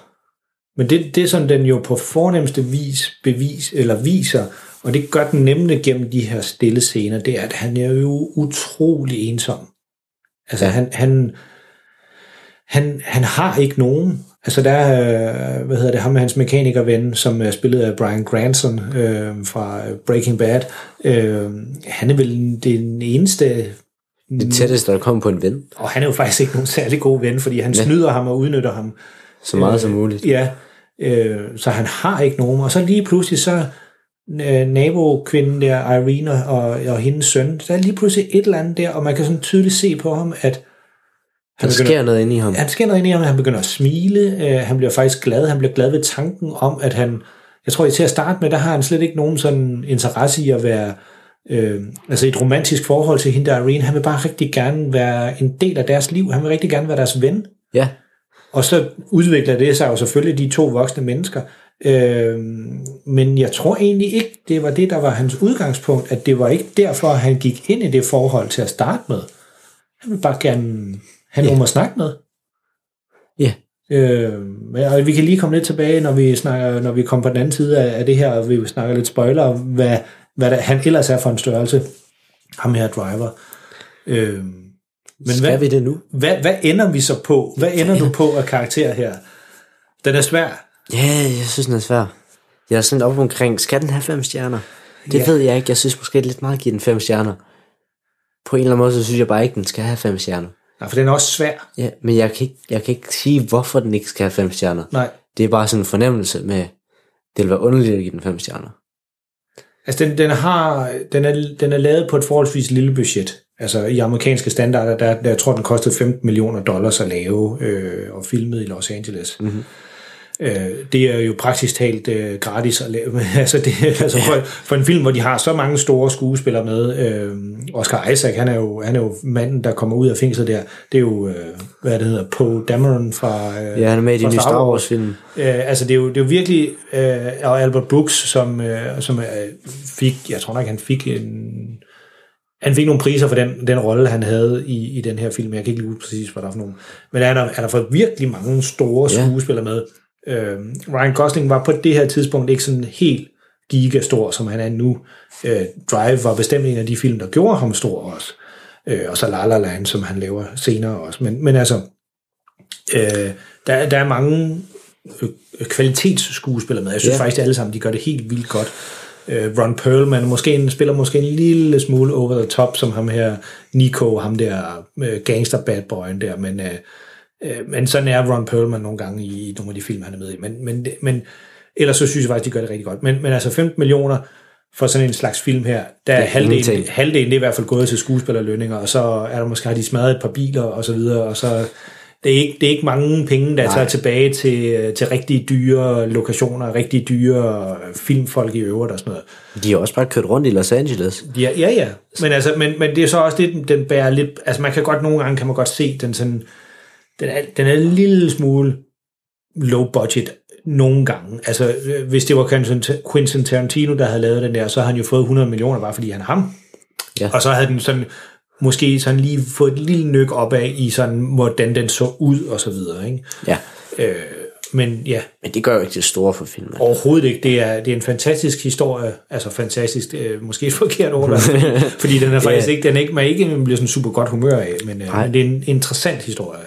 Speaker 3: Men det, det er sådan, den jo på fornemmeste vis bevis, eller viser, og det gør den nemlig gennem de her stille scener, det er, at han er jo utrolig ensom. Altså, ja.
Speaker 2: Ja.
Speaker 3: han, han, han, han har ikke nogen. Altså, der er, øh, hvad hedder det, ham med hans mekanikerven, som er spillet af Brian Granson øh, fra Breaking Bad. Øh, han er vel den eneste
Speaker 2: det tætteste, der kom på en ven,
Speaker 3: og han er jo faktisk ikke nogen særlig god ven, fordi han
Speaker 2: Ja.
Speaker 3: snyder ham og udnytter ham.
Speaker 2: så meget som muligt.
Speaker 3: Ja, øh, så han har ikke nogen. Og så lige pludselig, så øh, nabokvinden der, Irene og, og hendes søn, der er lige pludselig et eller andet der, og man kan sådan tydeligt se på ham, at
Speaker 2: Der sker noget inde i ham.
Speaker 3: han sker noget ind i ham, han begynder at smile, øh, han bliver faktisk glad, han bliver glad ved tanken om, at han, jeg tror til at starte med, der har han slet ikke nogen sådan interesse i at være, øh, altså et romantisk forhold til hende der Irene, han vil bare rigtig gerne være en del af deres liv, han vil rigtig gerne være deres ven,
Speaker 2: Ja,
Speaker 3: og så udvikler det sig jo selvfølgelig de to voksne mennesker, øh, men jeg tror egentlig ikke, det var det, der var hans udgangspunkt, at det var ikke derfor, han gik ind i det forhold til at starte med. Han ville bare gerne have nogen at snakke med.
Speaker 2: ja.
Speaker 3: Øh, og vi kan lige komme lidt tilbage, når vi, snakker, når vi kommer på den anden side af, af det her, og vi snakker lidt spoiler om, hvad, hvad der, han ellers er for en størrelse, ham her driver. Øh, men
Speaker 2: Skal
Speaker 3: hvad,
Speaker 2: vi det nu?
Speaker 3: Hvad, hvad ender vi så på? Hvad ender du på af karakter her? Den er svær.
Speaker 2: Ja, jeg synes, den er svær. Jeg er sådan op omkring, skal den have fem stjerner? Det
Speaker 3: Ja.
Speaker 2: ja. ved jeg ikke. Jeg synes måske lidt meget at give den fem stjerner. På en eller anden måde, så synes jeg bare ikke, den skal have fem stjerner.
Speaker 3: Nej, for den er også svær.
Speaker 2: Ja, men jeg kan, ikke, jeg kan ikke sige, hvorfor den ikke skal have fem stjerner.
Speaker 3: Nej.
Speaker 2: Det er bare sådan en fornemmelse med, det vil være underligt at give den fem stjerner.
Speaker 3: Altså, den, den, har, den, er, den er lavet på et forholdsvis lille budget. Altså, i amerikanske standarder, der, der jeg tror, den kostede 15 millioner dollars at lave øh, og filmet i Los Angeles. Mm-hmm. Øh, det er jo praktisk talt øh, gratis at lave. altså, det, altså for, for en film, hvor de har så mange store skuespillere med. Øh, Oscar Isaac, han er, jo, han er jo manden, der kommer ud af fængslet der. Det er jo, øh, hvad det hedder, Poe Dameron fra øh,
Speaker 2: Ja, han er med i de
Speaker 3: fra
Speaker 2: nye Star Wars-film.
Speaker 3: Øh, altså, det er, jo, det er jo virkelig... Øh, og Albert Brooks, som, øh, som øh, fik... Jeg tror nok, han fik en... Han fik nogle priser for den, den rolle, han havde i, i den her film. Jeg kan ikke lige huske præcis, hvad der er for nogle. Men han er, han er for virkelig mange store
Speaker 2: Ja.
Speaker 3: yeah. skuespillere med. Øh, Ryan Gosling var på det her tidspunkt ikke sådan helt gigastor, som han er nu. Øh, Drive var bestemt en af de film, der gjorde ham stor også. Øh, og så La La Land, som han laver senere også. Men, men altså, øh, der, der er mange øh, kvalitetsskuespillere med. Jeg synes
Speaker 2: Ja.
Speaker 3: ja. faktisk, at alle sammen de gør det helt vildt godt. Øh, Ron Perlman måske en, spiller måske en lille smule over the top, som ham her Nico, ham der øh, gangster bad boyen der, men, øh, øh, men sådan er Ron Perlman nogle gange i, i nogle af de film, han er med i. Men, men, det- men ellers så synes jeg faktisk, de gør det rigtig godt. Men, men altså 15 millioner for sådan en slags film her, der
Speaker 2: Det
Speaker 3: er, er
Speaker 2: er
Speaker 3: halvdelen,
Speaker 2: ingenting.
Speaker 3: halvdelen det er i hvert fald gået til skuespillerlønninger, og så er der måske har de smadret et par biler og så videre, og så det er ikke, det er ikke mange penge, der
Speaker 2: Nej.
Speaker 3: Nej. tager tilbage til, øh, til rigtig dyre lokationer, rigtig dyre øh, filmfolk i øvrigt og sådan noget.
Speaker 2: De har også bare kørt rundt i Los Angeles.
Speaker 3: Ja, ja, ja. Men, altså, men, men det er så også det, den- den bærer lidt... Altså man kan godt nogle gange, kan man godt se, den sådan... Den er, den er en lille smule low budget nogle gange. Altså øh, hvis det var Quentin- Quentin Tarantino, der havde lavet den der, så havde han jo fået 100 millioner, bare fordi han er ham.
Speaker 2: Ja.
Speaker 3: Og så havde den sådan måske sådan lige fået et lille nyk opad i sådan, hvordan den så ud og så videre. Ikke?
Speaker 2: Ja,
Speaker 3: Øh, men ja,
Speaker 2: men det gør jo ikke det store for filmen.
Speaker 3: Overhovedet ikke. Det er, det er en fantastisk historie. Altså fantastisk, øh, måske et forkert ord, fordi, fordi den er faktisk
Speaker 2: Ja.
Speaker 3: ikke, den er ikke, man ikke bliver sådan super godt humør af, men, øh,
Speaker 2: Nej.
Speaker 3: men det er en interessant historie.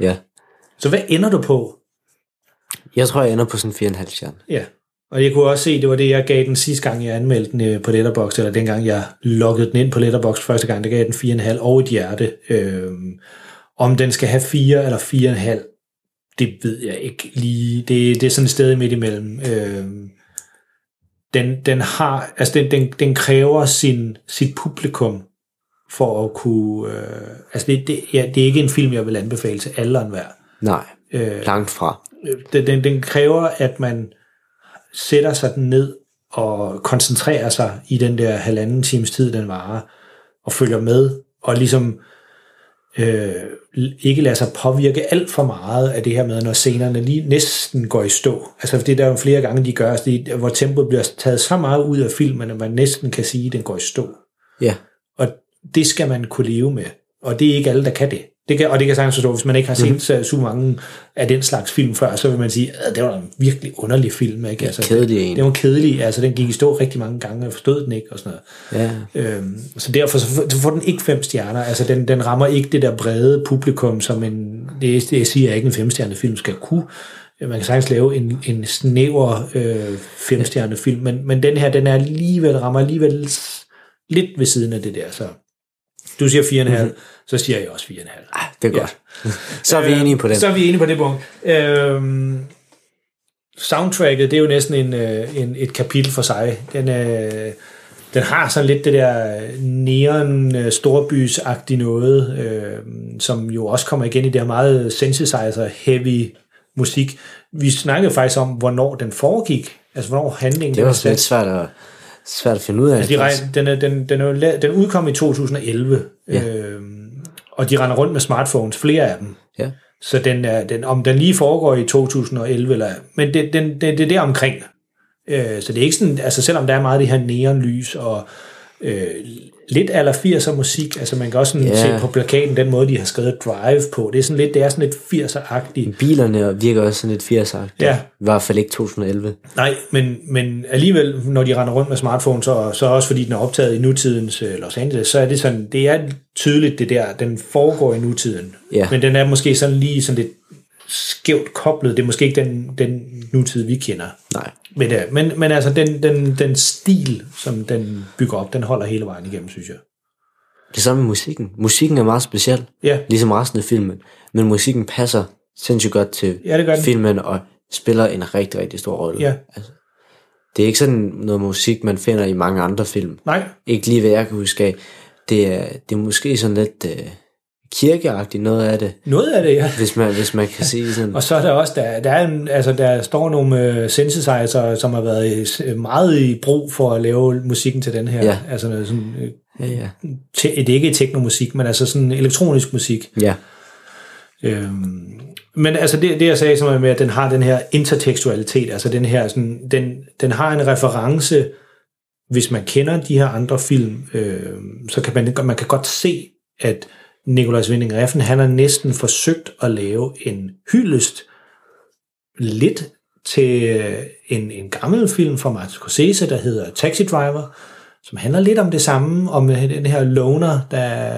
Speaker 2: Ja.
Speaker 3: Så hvad ender du på?
Speaker 2: Jeg tror, jeg ender på sådan 4,5 stjerne.
Speaker 3: Ja. Og jeg kunne også se, det var det, jeg gav den sidste gang, jeg anmeldte den øh, på Letterboxd, eller dengang jeg loggede den ind på Letterboxd første gang, der gav jeg den 4,5 og et hjerte. Øhm, om den skal have 4 eller 4,5, det ved jeg ikke lige. Det, det er sådan et sted midt imellem. Øhm, den, den, har, altså den, den, den kræver sin, sit publikum for at kunne... Øh, altså det, det, ja, det er ikke en film, jeg vil anbefale til alle og enhver
Speaker 2: Nej,
Speaker 3: Øh.
Speaker 2: langt fra.
Speaker 3: den, den, den kræver, at man sætter sig den ned og koncentrerer sig i den der halvanden times tid, den varer, og følger med, og ligesom øh, ikke lader sig påvirke alt for meget af det her med, når scenerne lige næsten går i stå. Altså, for det er der jo flere gange, de gør, altså, det, hvor tempoet bliver taget så meget ud af filmen, at man næsten kan sige, at den går i stå.
Speaker 2: Ja,
Speaker 3: Og det skal man kunne leve med. Og det er ikke alle, der kan det. det kan, og det kan jeg sagtens forstå, hvis man ikke har set
Speaker 2: Mhm.
Speaker 3: mm-hmm. super mange af den slags film før, så vil man sige, at det var da en virkelig underlig film. Ikke? Altså,
Speaker 2: kedelig en.
Speaker 3: det, det var kedelig, altså den gik i stå rigtig mange gange, og jeg forstod den ikke og sådan noget.
Speaker 2: ja.
Speaker 3: Øhm, så derfor så, får- så får den ikke fem stjerner. Altså den, den rammer ikke det der brede publikum, som en, det, det siger jeg ikke, en femstjernet film skal kunne. Man kan sagtens lave en, en snæver øh, femstjernet film, men, men den her, den er alligevel, rammer alligevel s- lidt ved siden af det der. Så du siger 4,5, mm-hmm. så siger jeg også 4,5.
Speaker 2: Mhm. Ah, det er godt. Så er vi
Speaker 3: Øh,
Speaker 2: enige på den.
Speaker 3: Så er vi enige på det punkt. Øhm, soundtracket, det er jo næsten en, øh, en, et kapitel for sig. Den, øh, den har sådan lidt det der neon øh, storbysagtige noget, øh, som jo også kommer igen i det her meget synthesizer-heavy musik. Vi snakkede faktisk om, hvornår den foregik, altså hvornår handlingen
Speaker 2: Det var
Speaker 3: var
Speaker 2: sådan lidt svært at, svært at finde ud af.
Speaker 3: Altså, de regn, den, er, den, den, er jo la- den udkom i 2011,
Speaker 2: Ja.
Speaker 3: ja. øhm, og de render rundt med smartphones, flere af dem.
Speaker 2: Ja.
Speaker 3: Så den er, den, om den lige foregår i 2011, eller, men det, den, det, det er der omkring. Øh, så det er ikke sådan, altså selvom der er meget af det her neonlys og øh, lidt aller 80'er musik, altså man kan også sådan
Speaker 2: Ja.
Speaker 3: yeah. se på plakaten den måde, de har skrevet Drive på. Det er sådan lidt, det er sådan lidt 80'er-agtigt.
Speaker 2: Bilerne virker også sådan lidt 80
Speaker 3: Ja.
Speaker 2: I hvert fald ikke 2011.
Speaker 3: Nej, men, men alligevel, når de render rundt med smartphones, og så også fordi den er optaget i nutidens øh, Los Angeles, så er det sådan, det er tydeligt det der, den foregår i nutiden.
Speaker 2: Ja.
Speaker 3: Men den er måske sådan lige sådan lidt skævt koblet. Det er måske ikke den, den nutid, vi kender.
Speaker 2: Nej.
Speaker 3: Men, øh, men, men altså, den, den, den stil, som den bygger op, den holder hele vejen igennem, synes jeg.
Speaker 2: Det samme med musikken. Musikken er meget speciel,
Speaker 3: Ja.
Speaker 2: ligesom resten af filmen. Men musikken passer sindssygt godt til
Speaker 3: Ja, det gør den.
Speaker 2: filmen og spiller en rigtig, rigtig stor rolle.
Speaker 3: Ja.
Speaker 2: Altså, det er ikke sådan noget musik, man finder i mange andre film.
Speaker 3: Nej.
Speaker 2: Ikke lige hvad jeg kan huske af. Det er, det er måske sådan lidt øh, kirkeagtigt noget af det.
Speaker 3: Noget af det, ja.
Speaker 2: Hvis man, hvis man kan sige sådan.
Speaker 3: Og så er der også, der, der, er en, altså, der står nogle øh, synthesizer, som har været i, s- meget i brug for at lave musikken til den her.
Speaker 2: Ja.
Speaker 3: Altså noget sådan, øh,
Speaker 2: Ja, ja.
Speaker 3: te, det er ikke teknomusik, men altså sådan elektronisk musik.
Speaker 2: Ja.
Speaker 3: Øhm, men altså det, det, jeg sagde, som er med, at den har den her intertekstualitet, altså den her, sådan, den, den har en reference, hvis man kender de her andre film, øh, så kan man, man kan godt se, at Nikolajs Winding Refn, han har næsten forsøgt at lave en hyldest lidt til øh, en, en gammel film fra Martin Scorsese, der hedder Taxi Driver, som handler lidt om det samme, om øh, den her loner, der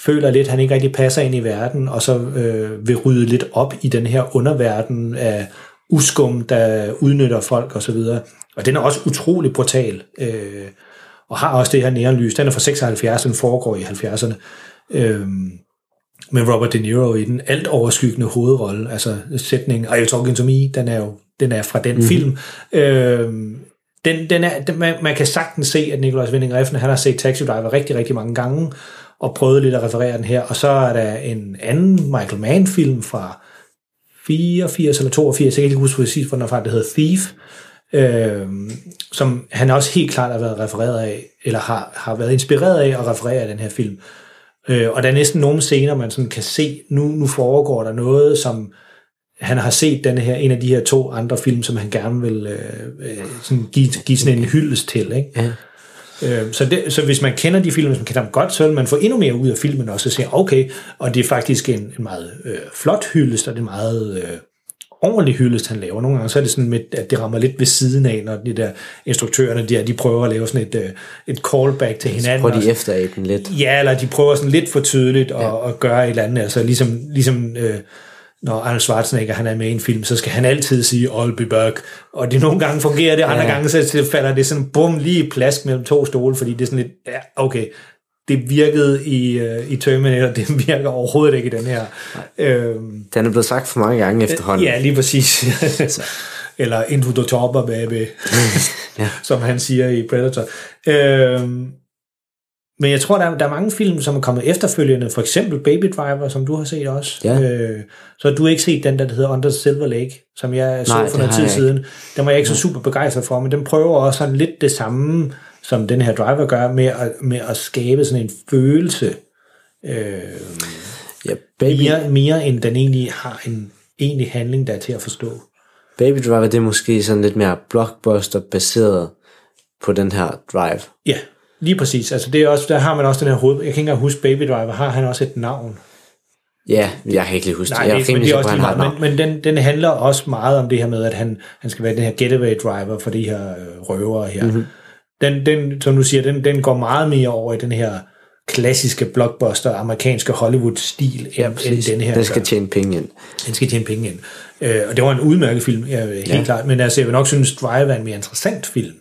Speaker 3: føler lidt, at han ikke rigtig passer ind i verden, og så øh, vil rydde lidt op i den her underverden af uskum, der udnytter folk osv. Og den er også utrolig brutal, øh, og har også det her nærenlys. Den er fra 76, den foregår i 70'erne. Øh, med Robert De Niro i den alt overskyggende hovedrolle, altså sætningen Are you talking to me? Den er jo den er fra den mm-hmm. film. Øhm, den, den er, den, man, man kan sagtens se, at Nikolajs Winding Refn, han har set Taxi Driver rigtig, rigtig mange gange, og prøvet lidt at referere den her. Og så er der en anden Michael Mann-film fra 84 eller 82, jeg kan ikke huske præcis, hvor den er fra, det hedder Thief, øhm, som han også helt klart har været refereret af, eller har, har været inspireret af at referere af den her film. Øh, og der er næsten nogle scener, man sådan kan se, nu, nu foregår der noget, som han har set den her, en af de her to andre film, som han gerne vil øh, øh, sådan give, give sådan en hyldest til. Ikke?
Speaker 2: Ja.
Speaker 3: Øh, så, det, så hvis man kender de film, hvis man kender dem godt, så vil man få endnu mere ud af filmen også, og se, okay, og det er faktisk en, en meget øh, flot hyldest, og det er en meget øh, ordentlig hyldest, han laver. Nogle gange så er det sådan, med, at det rammer lidt ved siden af, når de der instruktørerne, de, de prøver at lave sådan et, øh, et callback til hinanden.
Speaker 2: Prøv
Speaker 3: og
Speaker 2: de efter den lidt.
Speaker 3: Ja, eller de prøver sådan lidt for tydeligt at, ja. at gøre et eller andet. Altså ligesom, ligesom øh, når Arnold Schwarzenegger han er med i en film, så skal han altid sige, I'll be back. Og det nogle gange fungerer det, andre
Speaker 2: Ja.
Speaker 3: gange så så falder det sådan bum lige i plask mellem to stole, fordi det er sådan lidt, ja, okay, det virkede i, øh, i Terminator, det virker overhovedet ikke i den her. Øhm,
Speaker 2: Den er blevet sagt for mange gange efterhånden.
Speaker 3: Ja, lige præcis. Eller Into the Chopper, baby. ja. Som han siger i Predator. Øhm, men jeg tror, der er, der er mange film, som er kommet efterfølgende. For eksempel Baby Driver, som du har set også.
Speaker 2: Ja.
Speaker 3: Øh, så har du ikke set den, der hedder Under the Silver Lake, som jeg så
Speaker 2: Nej,
Speaker 3: for
Speaker 2: det har
Speaker 3: noget tid
Speaker 2: jeg ikke.
Speaker 3: siden. Den var jeg ikke så super begejstret for, men den prøver også sådan lidt det samme, som den her driver gør, med at, med at skabe sådan en følelse. Øh,
Speaker 2: Ja, baby,
Speaker 3: mere, mere end den egentlig har en egentlig handling, der er til at forstå.
Speaker 2: baby Driver, det er måske sådan lidt mere blockbuster baseret på den her drive.
Speaker 3: Ja, lige præcis. Altså det er også, der har man også den her hoved... Jeg kan ikke engang huske Baby Driver. Har han også et navn?
Speaker 2: Ja, jeg kan ikke lige huske
Speaker 3: Nej,
Speaker 2: det. Jeg
Speaker 3: det, ikke, men det er
Speaker 2: sikker
Speaker 3: også
Speaker 2: på,
Speaker 3: lige
Speaker 2: at han har
Speaker 3: meget.
Speaker 2: et
Speaker 3: Men, men den, den handler også meget om det her med, at han, han skal være den her getaway driver for de her øh, røvere her. Mm-hmm. Den, den, som du siger, den, den går meget mere over i den her klassiske blockbuster, amerikanske Hollywood-stil, end, ja, end
Speaker 2: præcis.
Speaker 3: den her
Speaker 2: Den
Speaker 3: gør.
Speaker 2: skal tjene penge ind.
Speaker 3: Han skal tjene penge ind. Øh, og det var en udmærket film, ja, helt ja. klart. Men altså, jeg vil nok synes, Drive er en mere interessant film.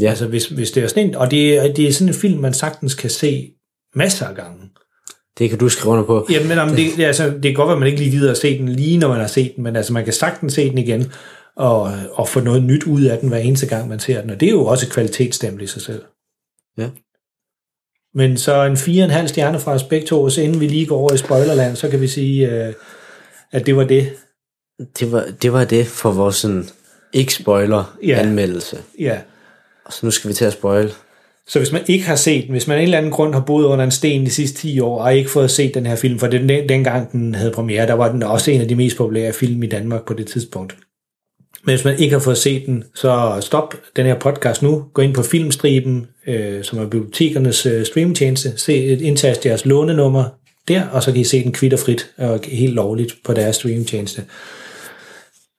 Speaker 2: Ja.
Speaker 3: Altså, hvis, hvis det er sådan en, og det, er- det er sådan en film, man sagtens kan se masser af gange.
Speaker 2: Det kan du skrive under på.
Speaker 3: Jamen, om det, det, altså, det kan godt være, at man ikke lige gider at se den lige, når man har set den, men altså, man kan sagtens se den igen og, og få noget nyt ud af den hver eneste gang, man ser den. Og det er jo også et kvalitetsstempel i sig selv.
Speaker 2: Ja.
Speaker 3: Men så en 4,5 stjerne fra os begge to, så inden vi lige går over i spoilerland, så kan vi sige, øh, at det var det.
Speaker 2: Det var, det var det for vores sådan, ikke-spoiler
Speaker 3: Ja.
Speaker 2: anmeldelse.
Speaker 3: Ja.
Speaker 2: Og så nu skal vi til at spoil.
Speaker 3: Så hvis man ikke har set den, hvis man af en eller anden grund har boet under en sten de sidste 10 år, og har ikke fået set den her film, for den, dengang den havde premiere, der var den også en af de mest populære film i Danmark på det tidspunkt. Men hvis man ikke har fået set den, så stop den her podcast nu. Gå ind på Filmstriben, øh, som er bibliotekernes øh, streamtjeneste. Se, indtast jeres lånenummer der, og så kan I se den kvitterfrit og helt lovligt på deres streamtjeneste.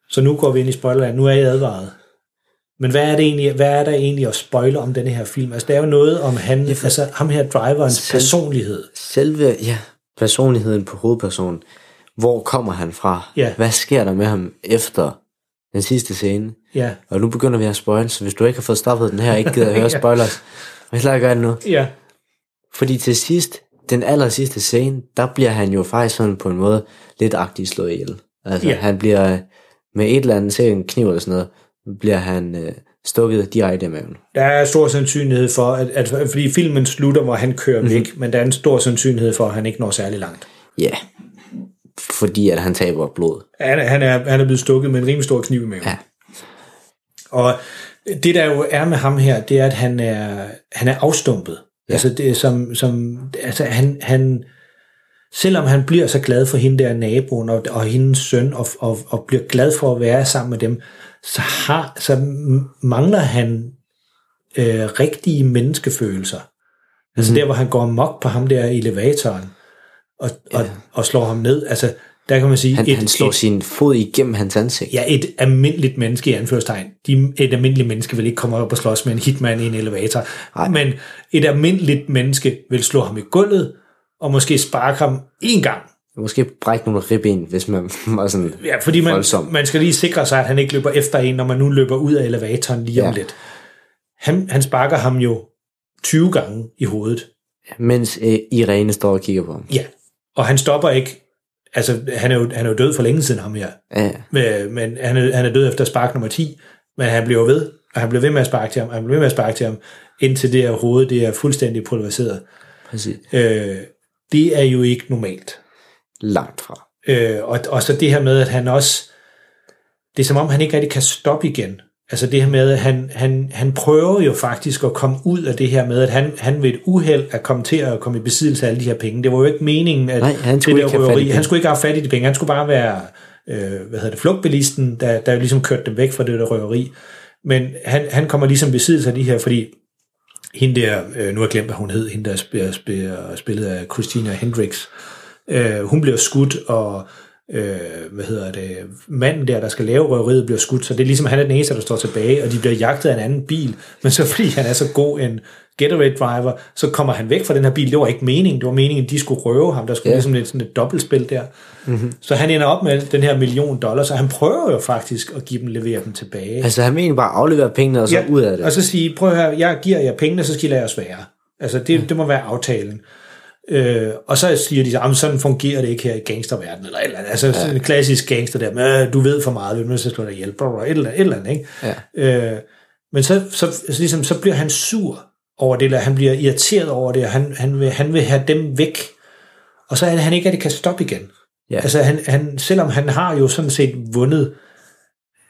Speaker 3: Så nu går vi ind i spoilerland. Nu er jeg advaret. Men hvad er, det egentlig, hvad er der egentlig at spoile om denne her film? Altså, der er jo noget om han, altså, ham her driverens
Speaker 2: Selv-
Speaker 3: personlighed.
Speaker 2: Selve ja, personligheden på hovedpersonen. Hvor kommer han fra?
Speaker 3: Ja.
Speaker 2: Hvad sker der med ham efter den sidste scene?
Speaker 3: Ja.
Speaker 2: Og nu begynder vi at spoil, så hvis du ikke har fået stoppet den her, og ikke gider at høre
Speaker 3: Ja.
Speaker 2: spoilers, vi skal gøre det nu.
Speaker 3: Ja.
Speaker 2: Fordi til sidst, den aller sidste scene, der bliver han jo faktisk sådan på en måde lidt agtigt slået ihjel. Altså
Speaker 3: Ja.
Speaker 2: yeah. han bliver med et eller andet, se en kniv eller sådan noget, bliver han øh, stukket direkte i maven.
Speaker 3: Der er stor sandsynlighed for, at, at fordi filmen slutter, hvor han kører mm-hmm. væk, men der er en stor sandsynlighed for, at han ikke når særlig langt.
Speaker 2: Ja, yeah. fordi at han taber blod.
Speaker 3: Han, er- han, er, han er blevet stukket med en rimelig stor kniv i maven.
Speaker 2: Ja.
Speaker 3: Og det, der jo er med ham her, det er, at han er, han er afstumpet. Ja. Altså, det, er som, som, altså han, han, selvom han bliver så glad for hende der naboen og, og hendes søn, og, og, og bliver glad for at være sammen med dem, så, har, så m- mangler han øh, rigtige menneskefølelser.
Speaker 2: Mhm.
Speaker 3: Altså mm. der, hvor han går mok på ham der i elevatoren, og, ja. og, og slår ham ned. Altså, der kan man sige...
Speaker 2: Han, et, han slår et, sin fod igennem hans ansigt.
Speaker 3: Ja, et almindeligt menneske i anførstegn. De, et almindeligt menneske vil ikke komme op og slås med en hitman i en elevator. Nej. Men et almindeligt menneske vil slå ham i gulvet, og måske sparke ham én gang.
Speaker 2: Måske brække nogle ribben, hvis man var sådan
Speaker 3: Ja, fordi man,
Speaker 2: voldsom.
Speaker 3: man skal lige sikre sig, at han ikke løber efter en, når man nu løber ud af elevatoren lige om
Speaker 2: Ja.
Speaker 3: ja. lidt. Han, han sparker ham jo 20 gange i hovedet.
Speaker 2: Mens øh, Irene står og kigger på ham.
Speaker 3: Ja, og han stopper ikke. Altså, han er jo, han er jo død for længe siden, ham her.
Speaker 2: Ja,
Speaker 3: Øh, men han er, han er død efter spark nummer 10, men han bliver ved, og han bliver ved med at sparke til ham, og han bliver ved med at sparke til ham, indtil det her hoved det er fuldstændig pulveriseret.
Speaker 2: præcis.
Speaker 3: Øh, det er jo ikke normalt.
Speaker 2: Langt fra.
Speaker 3: Øh, og, og så det her med, at han også... Det er som om, han ikke rigtig kan stoppe igen. Altså det her med, at han, han, han prøver jo faktisk at komme ud af det her med, at han, han ved et uheld at komme til at komme i besiddelse af alle de her penge. Det var jo ikke meningen, at
Speaker 2: Nej, han skulle
Speaker 3: det
Speaker 2: ikke have fat i penge.
Speaker 3: han skulle ikke have haft fat i de penge. Han skulle bare være, øh, hvad hedder det, flugtbilisten, der, der jo ligesom kørte dem væk fra det der røveri. Men han, han kommer ligesom i besiddelse af de her, fordi hende der, øh, nu har jeg glemt, hvad hun hed, hende der spiller, spiller, spillet af Christina Hendricks, øh, hun bliver skudt, og øh, hvad hedder det, manden der, der skal lave røveriet, bliver skudt, så det er ligesom, han er den eneste, der står tilbage, og de bliver jagtet af en anden bil, men så fordi han er så god en Gatorade driver, så kommer han væk fra den her bil, det var ikke meningen, det var meningen, de skulle røve ham, der skulle
Speaker 2: Ja. Mhm.
Speaker 3: yeah. ligesom lidt sådan et dobbeltspil der, mm-hmm. så han ender op med den her million dollars, og han prøver jo faktisk at give dem, levere dem tilbage.
Speaker 2: Altså han vil egentlig bare aflevere pengene og så ud af det.
Speaker 3: Og så sige, prøv at høre, jeg giver jer pengene, så skal I lade os være. Altså, det,
Speaker 2: Mm.
Speaker 3: det må være aftalen. Øh, og så siger de, at sådan fungerer det ikke her i gangsterverdenen, eller et eller andet. Altså ja. sådan en klassisk gangster der, med, "Øh, du ved for meget, vi er nødt til at slå dig ihjel, bla, bla, bla, et eller andet, et eller andet ikke? Ja. Øh, men så, så, så, ligesom, så bliver han sur over det, eller han bliver irriteret over det, og han, han, vil, han vil have dem væk. Og så er det, han ikke rigtig kan stoppe igen.
Speaker 2: Ja.
Speaker 3: Altså, han, han, selvom han har jo sådan set vundet,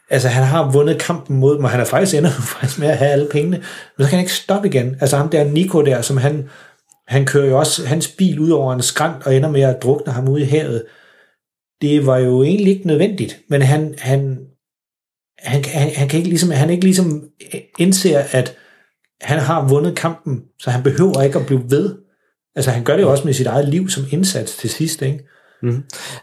Speaker 3: altså han har vundet kampen mod dem, og han er faktisk ender jo faktisk med at have alle pengene, men så kan han ikke stoppe igen. Altså ham der Nico der, som han, han kører jo også hans bil ud over en skrant og ender med at drukne ham ude i havet. Det var jo egentlig ikke nødvendigt, men han, han, han, kan- han, han kan ikke ligesom, han ikke ligesom indser, at han har vundet kampen, så han behøver ikke at blive ved. Altså han gør det jo også med sit eget liv som indsats til sidst, ikke?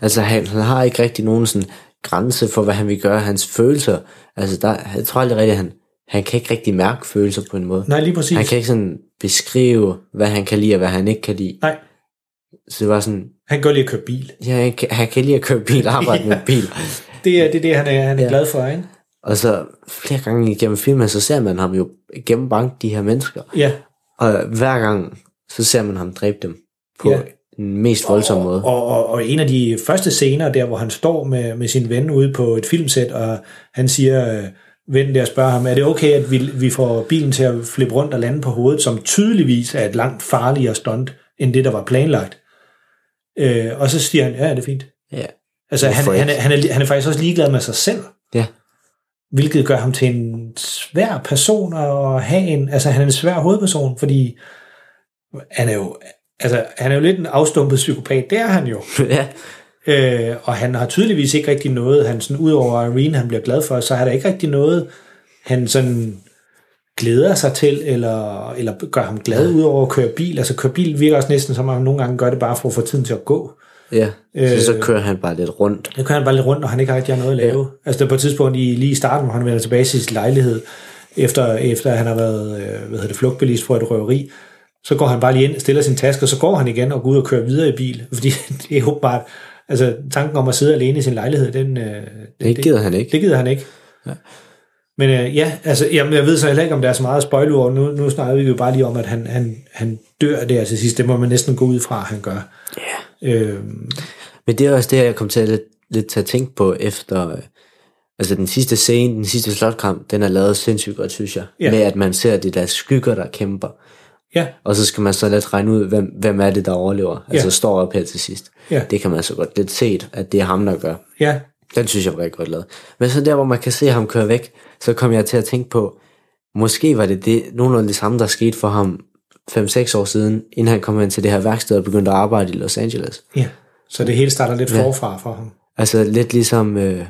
Speaker 2: Altså han, han har ikke rigtig nogen sådan grænse for, hvad han vil gøre, hans følelser. Altså der, jeg tror aldrig rigtigt, han, han kan ikke rigtig mærke følelser på en måde.
Speaker 3: Nej, lige præcis.
Speaker 2: Han kan ikke sådan beskrive, hvad han kan lide og hvad han ikke kan lide.
Speaker 3: Nej,
Speaker 2: Så det var sådan,
Speaker 3: han kan godt lide at køre bil.
Speaker 2: ja, han kan, han kan lide at køre bil, arbejde med bil.
Speaker 3: Det er det, er det han er, han
Speaker 2: Ja.
Speaker 3: er ja. glad for, ikke?
Speaker 2: Og så flere gange igennem filmen, så ser man ham jo gennembanke de her mennesker.
Speaker 3: Ja,
Speaker 2: Og hver gang, så ser man ham dræbe dem på
Speaker 3: Ja.
Speaker 2: den mest voldsomme måde.
Speaker 3: og, og, og en af de første scener der, hvor han står med, med sin ven ude på et filmsæt, og han siger, øh, vennen der spørger ham, er det okay, at vi, vi får bilen til at flippe rundt og lande på hovedet, som tydeligvis er et langt farligere stunt, end det, der var planlagt. Øh, og så siger han, ja, det er fint.
Speaker 2: Ja.
Speaker 3: Altså, han,
Speaker 2: Hvorfor
Speaker 3: han, er,
Speaker 2: ikke?
Speaker 3: han, er, han er faktisk også ligeglad med sig selv,
Speaker 2: ja.
Speaker 3: hvilket gør ham til en svær person at have en, altså han er en svær hovedperson, fordi han er jo, altså han er jo lidt en afstumpet psykopat, det er han jo.
Speaker 2: ja.
Speaker 3: Øh, og han har tydeligvis ikke rigtig noget, han sådan, ud over Irene, han bliver glad for, så har der ikke rigtig noget, han sådan glæder sig til, eller, eller gør ham glad ud over at køre bil. Altså køre bil virker også næsten, som om han nogle gange gør det bare for at få tiden til at gå.
Speaker 2: Ja, så, så
Speaker 3: Øh.
Speaker 2: kører han bare lidt rundt.
Speaker 3: Der kører han bare lidt rundt, og han ikke rigtig har noget at lave. Ja. Altså der er på et tidspunkt i, lige i starten, hvor han vender tilbage til sin lejlighed, efter, efter han har været øh, hvad hedder det, flugtbilist for et røveri, så går han bare lige ind, stiller sin taske, og så går han igen og går ud og kører videre i bil. Fordi det er åbenbart, altså tanken om at sidde alene i sin lejlighed, den, øh,
Speaker 2: Det gider han ikke.
Speaker 3: det gider han ikke. Men øh, ja, altså, jamen, jeg ved så heller ikke, om der er så meget at spoil over. Nu, nu snakker vi jo bare lige om, at han, han, han dør der til sidst. Det må man næsten gå ud fra, at han gør. Ja. Yeah. Øh,
Speaker 2: Men det er også det, jeg kom til at lidt, lidt til at tænke på efter... øh, Altså den sidste scene, den sidste slotkamp, den er lavet sindssygt godt, synes jeg.
Speaker 3: Ja.
Speaker 2: Med at man ser de der skygger, der kæmper.
Speaker 3: Ja.
Speaker 2: Og så skal man så let regne ud, hvem, hvem er det, der overlever. Altså
Speaker 3: Ja.
Speaker 2: står op her til sidst.
Speaker 3: Ja.
Speaker 2: Det kan man så godt lidt se, at det er ham, der gør.
Speaker 3: ja,
Speaker 2: Den synes jeg var rigtig godt lavet. Men så der, hvor man kan se ham køre væk, så kom jeg til at tænke på, måske var det, det nogenlunde det samme, der skete for ham 5-6 år siden, inden han kom ind til det her værksted og begyndte at arbejde i Los Angeles.
Speaker 3: ja. Så det hele starter lidt
Speaker 2: Ja.
Speaker 3: forfra for ham.
Speaker 2: Altså lidt ligesom øh,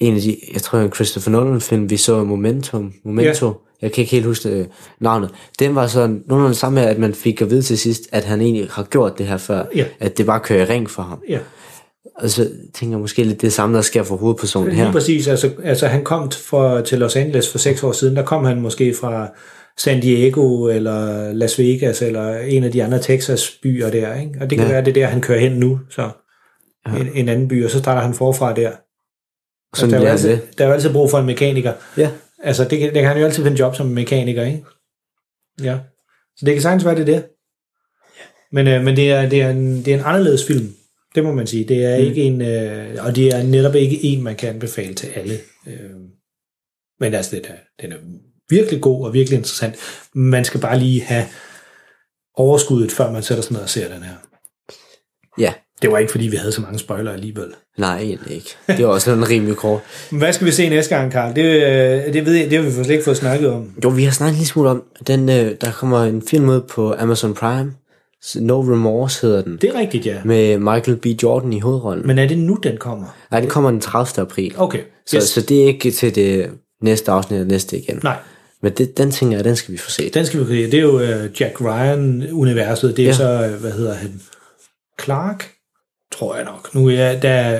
Speaker 2: en af de, jeg tror en Christopher Nolan film, vi så Momentum, Momento,
Speaker 3: Ja.
Speaker 2: ja. jeg kan ikke helt huske øh, navnet. Den var sådan nogenlunde samme her, at man fik at vide til sidst, at han egentlig har gjort det her før,
Speaker 3: Ja.
Speaker 2: at det bare kører i ring for ham.
Speaker 3: Ja.
Speaker 2: Og så tænker jeg måske lidt det samme, der sker for hovedpersonen
Speaker 3: Lige
Speaker 2: her.
Speaker 3: præcis. Altså, altså han kom t- for, til Los Angeles for seks år siden. Der kom han måske fra San Diego eller Las Vegas eller en af de andre Texas byer der. Ikke? Og det kan ja.
Speaker 2: Ja.
Speaker 3: være, det er der, han kører hen nu. Så en, en anden by, og så starter han forfra der.
Speaker 2: Sådan
Speaker 3: der, er jo
Speaker 2: bliver
Speaker 3: altid,
Speaker 2: det.
Speaker 3: der er jo altid brug for en mekaniker.
Speaker 2: Ja.
Speaker 3: Altså, det kan, det kan han jo altid finde job som mekaniker, ikke? Ja. Så det kan sagtens være, det er det. Men, øh, men det, er, det, er en, det er en anderledes film. Det må man sige. Det er mm. ikke en, øh, og det er netop ikke en, man kan anbefale til alle. Øh, men altså, det er, den er virkelig god og virkelig interessant. Man skal bare lige have overskuddet, før man sætter sig ned og ser den her.
Speaker 2: Ja,
Speaker 3: Det var ikke, fordi vi havde så mange spoiler alligevel.
Speaker 2: nej egentlig ikke. Det var også sådan rimelig kort.
Speaker 3: Men hvad skal vi se næste gang, Karl? Det, øh, det, ved jeg, det har vi slet ikke fået snakket om.
Speaker 2: Jo, vi har snakket en lille smule om, den, øh, der kommer en film ud på Amazon Prime, No Remorse hedder den,
Speaker 3: Det er rigtigt, ja.
Speaker 2: med Michael B. Jordan i hovedrollen.
Speaker 3: Men er det nu, den kommer?
Speaker 2: Nej, den kommer den 30. april.
Speaker 3: Okay.
Speaker 2: Så, yes. så det er ikke til det næste afsnit og næste igen.
Speaker 3: Nej,
Speaker 2: Men det, den tænker jeg, den skal vi få set.
Speaker 3: den skal vi kunne se. Det er jo øh, Jack Ryan-universet. Det er ja.
Speaker 2: Ja.
Speaker 3: så, øh, hvad hedder han? Clark? Tror jeg nok. Nu er der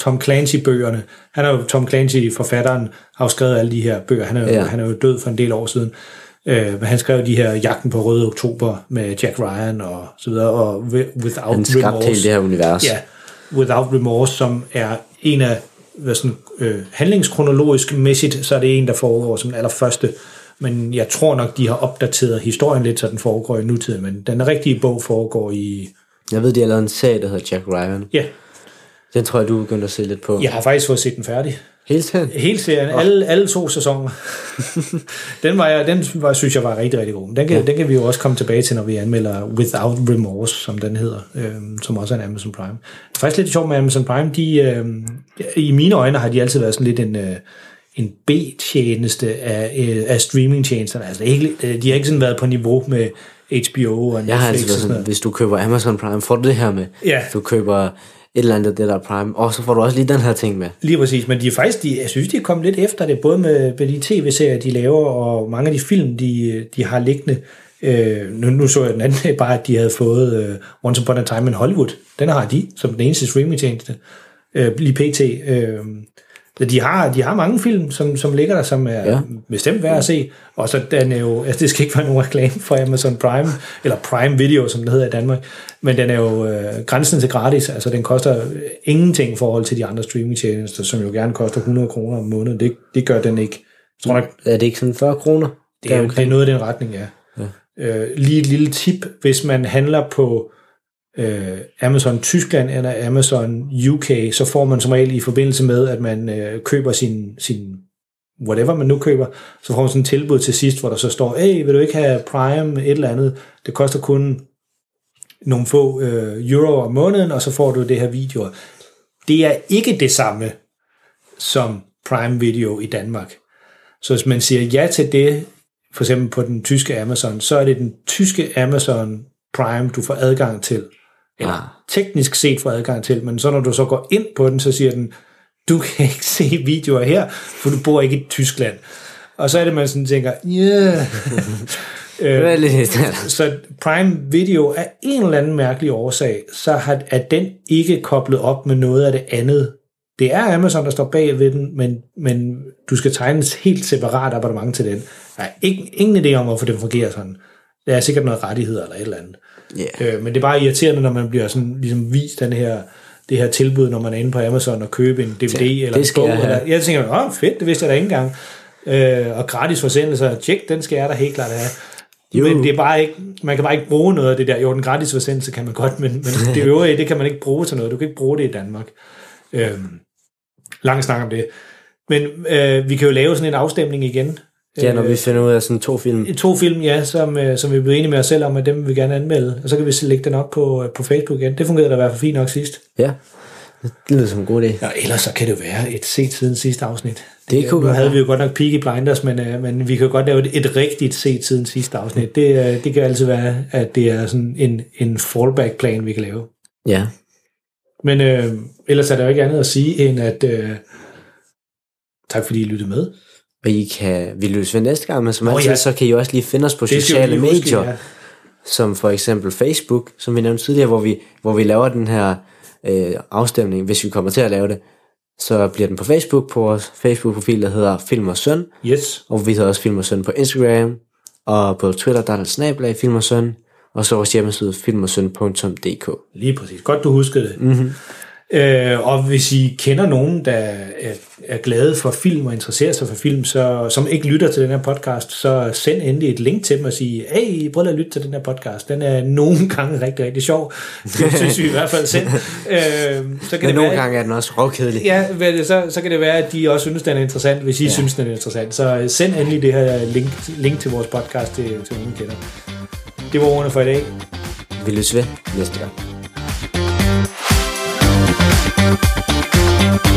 Speaker 3: Tom Clancy-bøgerne. Han er jo Tom Clancy, forfatteren, har jo skrevet alle de her bøger. Han er jo, ja.
Speaker 2: Ja.
Speaker 3: han er jo død for en del år siden. Øh, men han skrev de her Jagten på Røde Oktober med Jack Ryan og så videre, og Wi- Without
Speaker 2: Han skabte hele
Speaker 3: Remorse.
Speaker 2: det her univers.
Speaker 3: Ja, Without Remorse, som er en af hvad sådan, øh, handlingskronologisk mæssigt, så er det en, der foregår som den allerførste. Men jeg tror nok, de har opdateret historien lidt, så den foregår i nutiden. Men den rigtige bog foregår i...
Speaker 2: Jeg ved, de har lavet en serie, der hedder Jack Ryan.
Speaker 3: Ja,
Speaker 2: Den tror jeg, du begyndte at se lidt på.
Speaker 3: jeg har faktisk fået set den færdig.
Speaker 2: Hele tiden.
Speaker 3: Hele serien, alle, alle to sæsoner. den var, jeg, den var, synes jeg var rigtig, rigtig god. Men Den kan, ja. den kan vi jo også komme tilbage til, når vi anmelder Without Remorse, som den hedder, øhm, som også er en Amazon Prime. Det er faktisk lidt sjovt med Amazon Prime. De, øhm, I mine øjne har de altid været sådan lidt en, øh, en B-tjeneste af, øh, af streamingtjenesterne. Altså, ikke, øh, de har ikke sådan været på niveau med HBO og Netflix
Speaker 2: Jeg har altid
Speaker 3: og
Speaker 2: været
Speaker 3: sådan
Speaker 2: sådan,
Speaker 3: noget.
Speaker 2: hvis du køber Amazon Prime, får du det her med.
Speaker 3: Ja.
Speaker 2: Du køber et eller andet af det, der er Prime, og så får du også lige den her ting med.
Speaker 3: Lige præcis, men de er faktisk, de, jeg synes, de er kommet lidt efter det, både med, med de tv-serier, de laver, og mange af de film, de, de har liggende. Øh, nu, nu så jeg den anden dag bare, at de havde fået øh, Once Upon a Time in Hollywood. Den har de, som den eneste streamingtjeneste, øh, lige pt. Øh, så de har, de har mange film, som, som ligger der, som er ja.
Speaker 2: Ja.
Speaker 3: bestemt værd at se. Og så den er jo, altså det skal ikke være nogen reklame for Amazon Prime, eller Prime Video, som det hedder i Danmark, men den er jo øh, grænsen til gratis, altså den koster ingenting i forhold til de andre streamingtjenester, som jo gerne koster 100 kroner om måneden. Det, det gør den ikke. Jeg tror nok,
Speaker 2: Er det ikke sådan 40 kroner?
Speaker 3: det er, det er noget i den retning, ja. ja. Øh, lige et lille tip, hvis man handler på øh, Amazon Tyskland eller Amazon UK, så får man som regel i forbindelse med, at man øh, køber sin, sin whatever man nu køber, så får man sådan et tilbud til sidst, hvor der så står, hey, vil du ikke have Prime et eller andet? Det koster kun nogle få øh, euro om måneden, og så får du det her video. Det er ikke det samme som Prime Video i Danmark. Så hvis man siger ja til det, for eksempel på den tyske Amazon, så er det den tyske Amazon Prime, du får adgang til. Eller
Speaker 2: Ah.
Speaker 3: teknisk set får adgang til, men så når du så går ind på den, så siger den, du kan ikke se videoer her, for du bor ikke i Tyskland. Og så er det, man sådan tænker, yeah.
Speaker 2: Det
Speaker 3: øh,
Speaker 2: er lidt...
Speaker 3: så Prime Video af en eller anden mærkelig årsag, så har, er den ikke koblet op med noget af det andet. Det er Amazon, der står bag ved den, men, men du skal tegne et helt separat abonnement til den. Der er ikke, ingen idé om, hvorfor den fungerer sådan. Der er sikkert noget rettigheder eller et eller andet.
Speaker 2: Ja.
Speaker 3: Øh, men det er bare irriterende, når man bliver sådan, ligesom vist den her det her tilbud, når man er inde på Amazon og købe en DVD ja, eller en
Speaker 2: skal
Speaker 3: bog.
Speaker 2: jeg have.
Speaker 3: Eller, jeg tænker, åh, fedt, det vidste jeg da ikke engang. Øh, og gratis forsendelser, tjek, den skal jeg da helt klart have.
Speaker 2: Jo.
Speaker 3: Jo. Men det er bare ikke, man kan bare ikke bruge noget af det der. Jo, den gratis forsendelse kan man godt, men, men det øvrige, det kan man ikke bruge til noget. Du kan ikke bruge det i Danmark. Øhm, lang snak om det. Men øh, vi kan jo lave sådan en afstemning igen.
Speaker 2: Ja, når
Speaker 3: Øh,
Speaker 2: vi finder ud af sådan to film.
Speaker 3: To film, ja, som, øh, som vi er blevet enige med os selv om, at dem vil vi gerne anmelde. Og så kan vi så lægge den op på, øh, på Facebook igen. Det fungerede da i hvert fald fint nok sidst.
Speaker 2: Ja, det lyder som en god idé.
Speaker 3: Og ellers så kan det jo være et set siden sidste afsnit. Øh,
Speaker 2: Det kunne
Speaker 3: Nu
Speaker 2: godt
Speaker 3: havde
Speaker 2: være.
Speaker 3: vi jo godt nok Peaky Blinders, men, øh, men vi kan godt lave et, et rigtigt set siden sidste afsnit. Det, øh, det kan altid være, at det er sådan en, en fallback-plan, vi kan lave.
Speaker 2: Ja.
Speaker 3: Men øh, ellers er der jo ikke andet at sige, end at øh, tak fordi I lyttede med.
Speaker 2: Og I kan, vi lyttes ved næste gang, men som altid,
Speaker 3: ja.
Speaker 2: så kan I også lige finde os på
Speaker 3: Det skal vi
Speaker 2: sociale
Speaker 3: lige huske,
Speaker 2: medier,
Speaker 3: ja.
Speaker 2: som for eksempel Facebook, som vi nævnte tidligere, hvor vi, hvor vi laver den her øh, afstemning, hvis vi kommer til at lave det, så bliver den på Facebook, på vores Facebook-profil, der hedder Film og Søn,
Speaker 3: Yes.
Speaker 2: og vi hedder også Film og Søn på Instagram, og på Twitter, der er der snablag Film og Søn, og så vores hjemmeside filmersøn.dk.
Speaker 3: Lige præcis. Godt, du huskede det.
Speaker 2: Mhm.
Speaker 3: Mm-hmm. Øh, og hvis I kender nogen, der er, er glade for film og interesserer sig for film, så, som ikke lytter til den her podcast, så send endelig et link til dem og sige, hey, prøv lige at lytte til den her podcast. Den er nogle gange rigtig, rigtig sjov. Det synes vi i hvert fald selv. Øh, så kan
Speaker 2: Men
Speaker 3: det
Speaker 2: nogle
Speaker 3: være,
Speaker 2: gange er den også råkedelig.
Speaker 3: Ja, vel, så, så kan det være, at de også synes, den er interessant, hvis I ja. synes, den er interessant. Så øh, send endelig det her link, link til vores podcast til, til nogen, I kender. Det var ordene for i dag.
Speaker 2: Vi lyttes ved næste gang.
Speaker 3: Thank you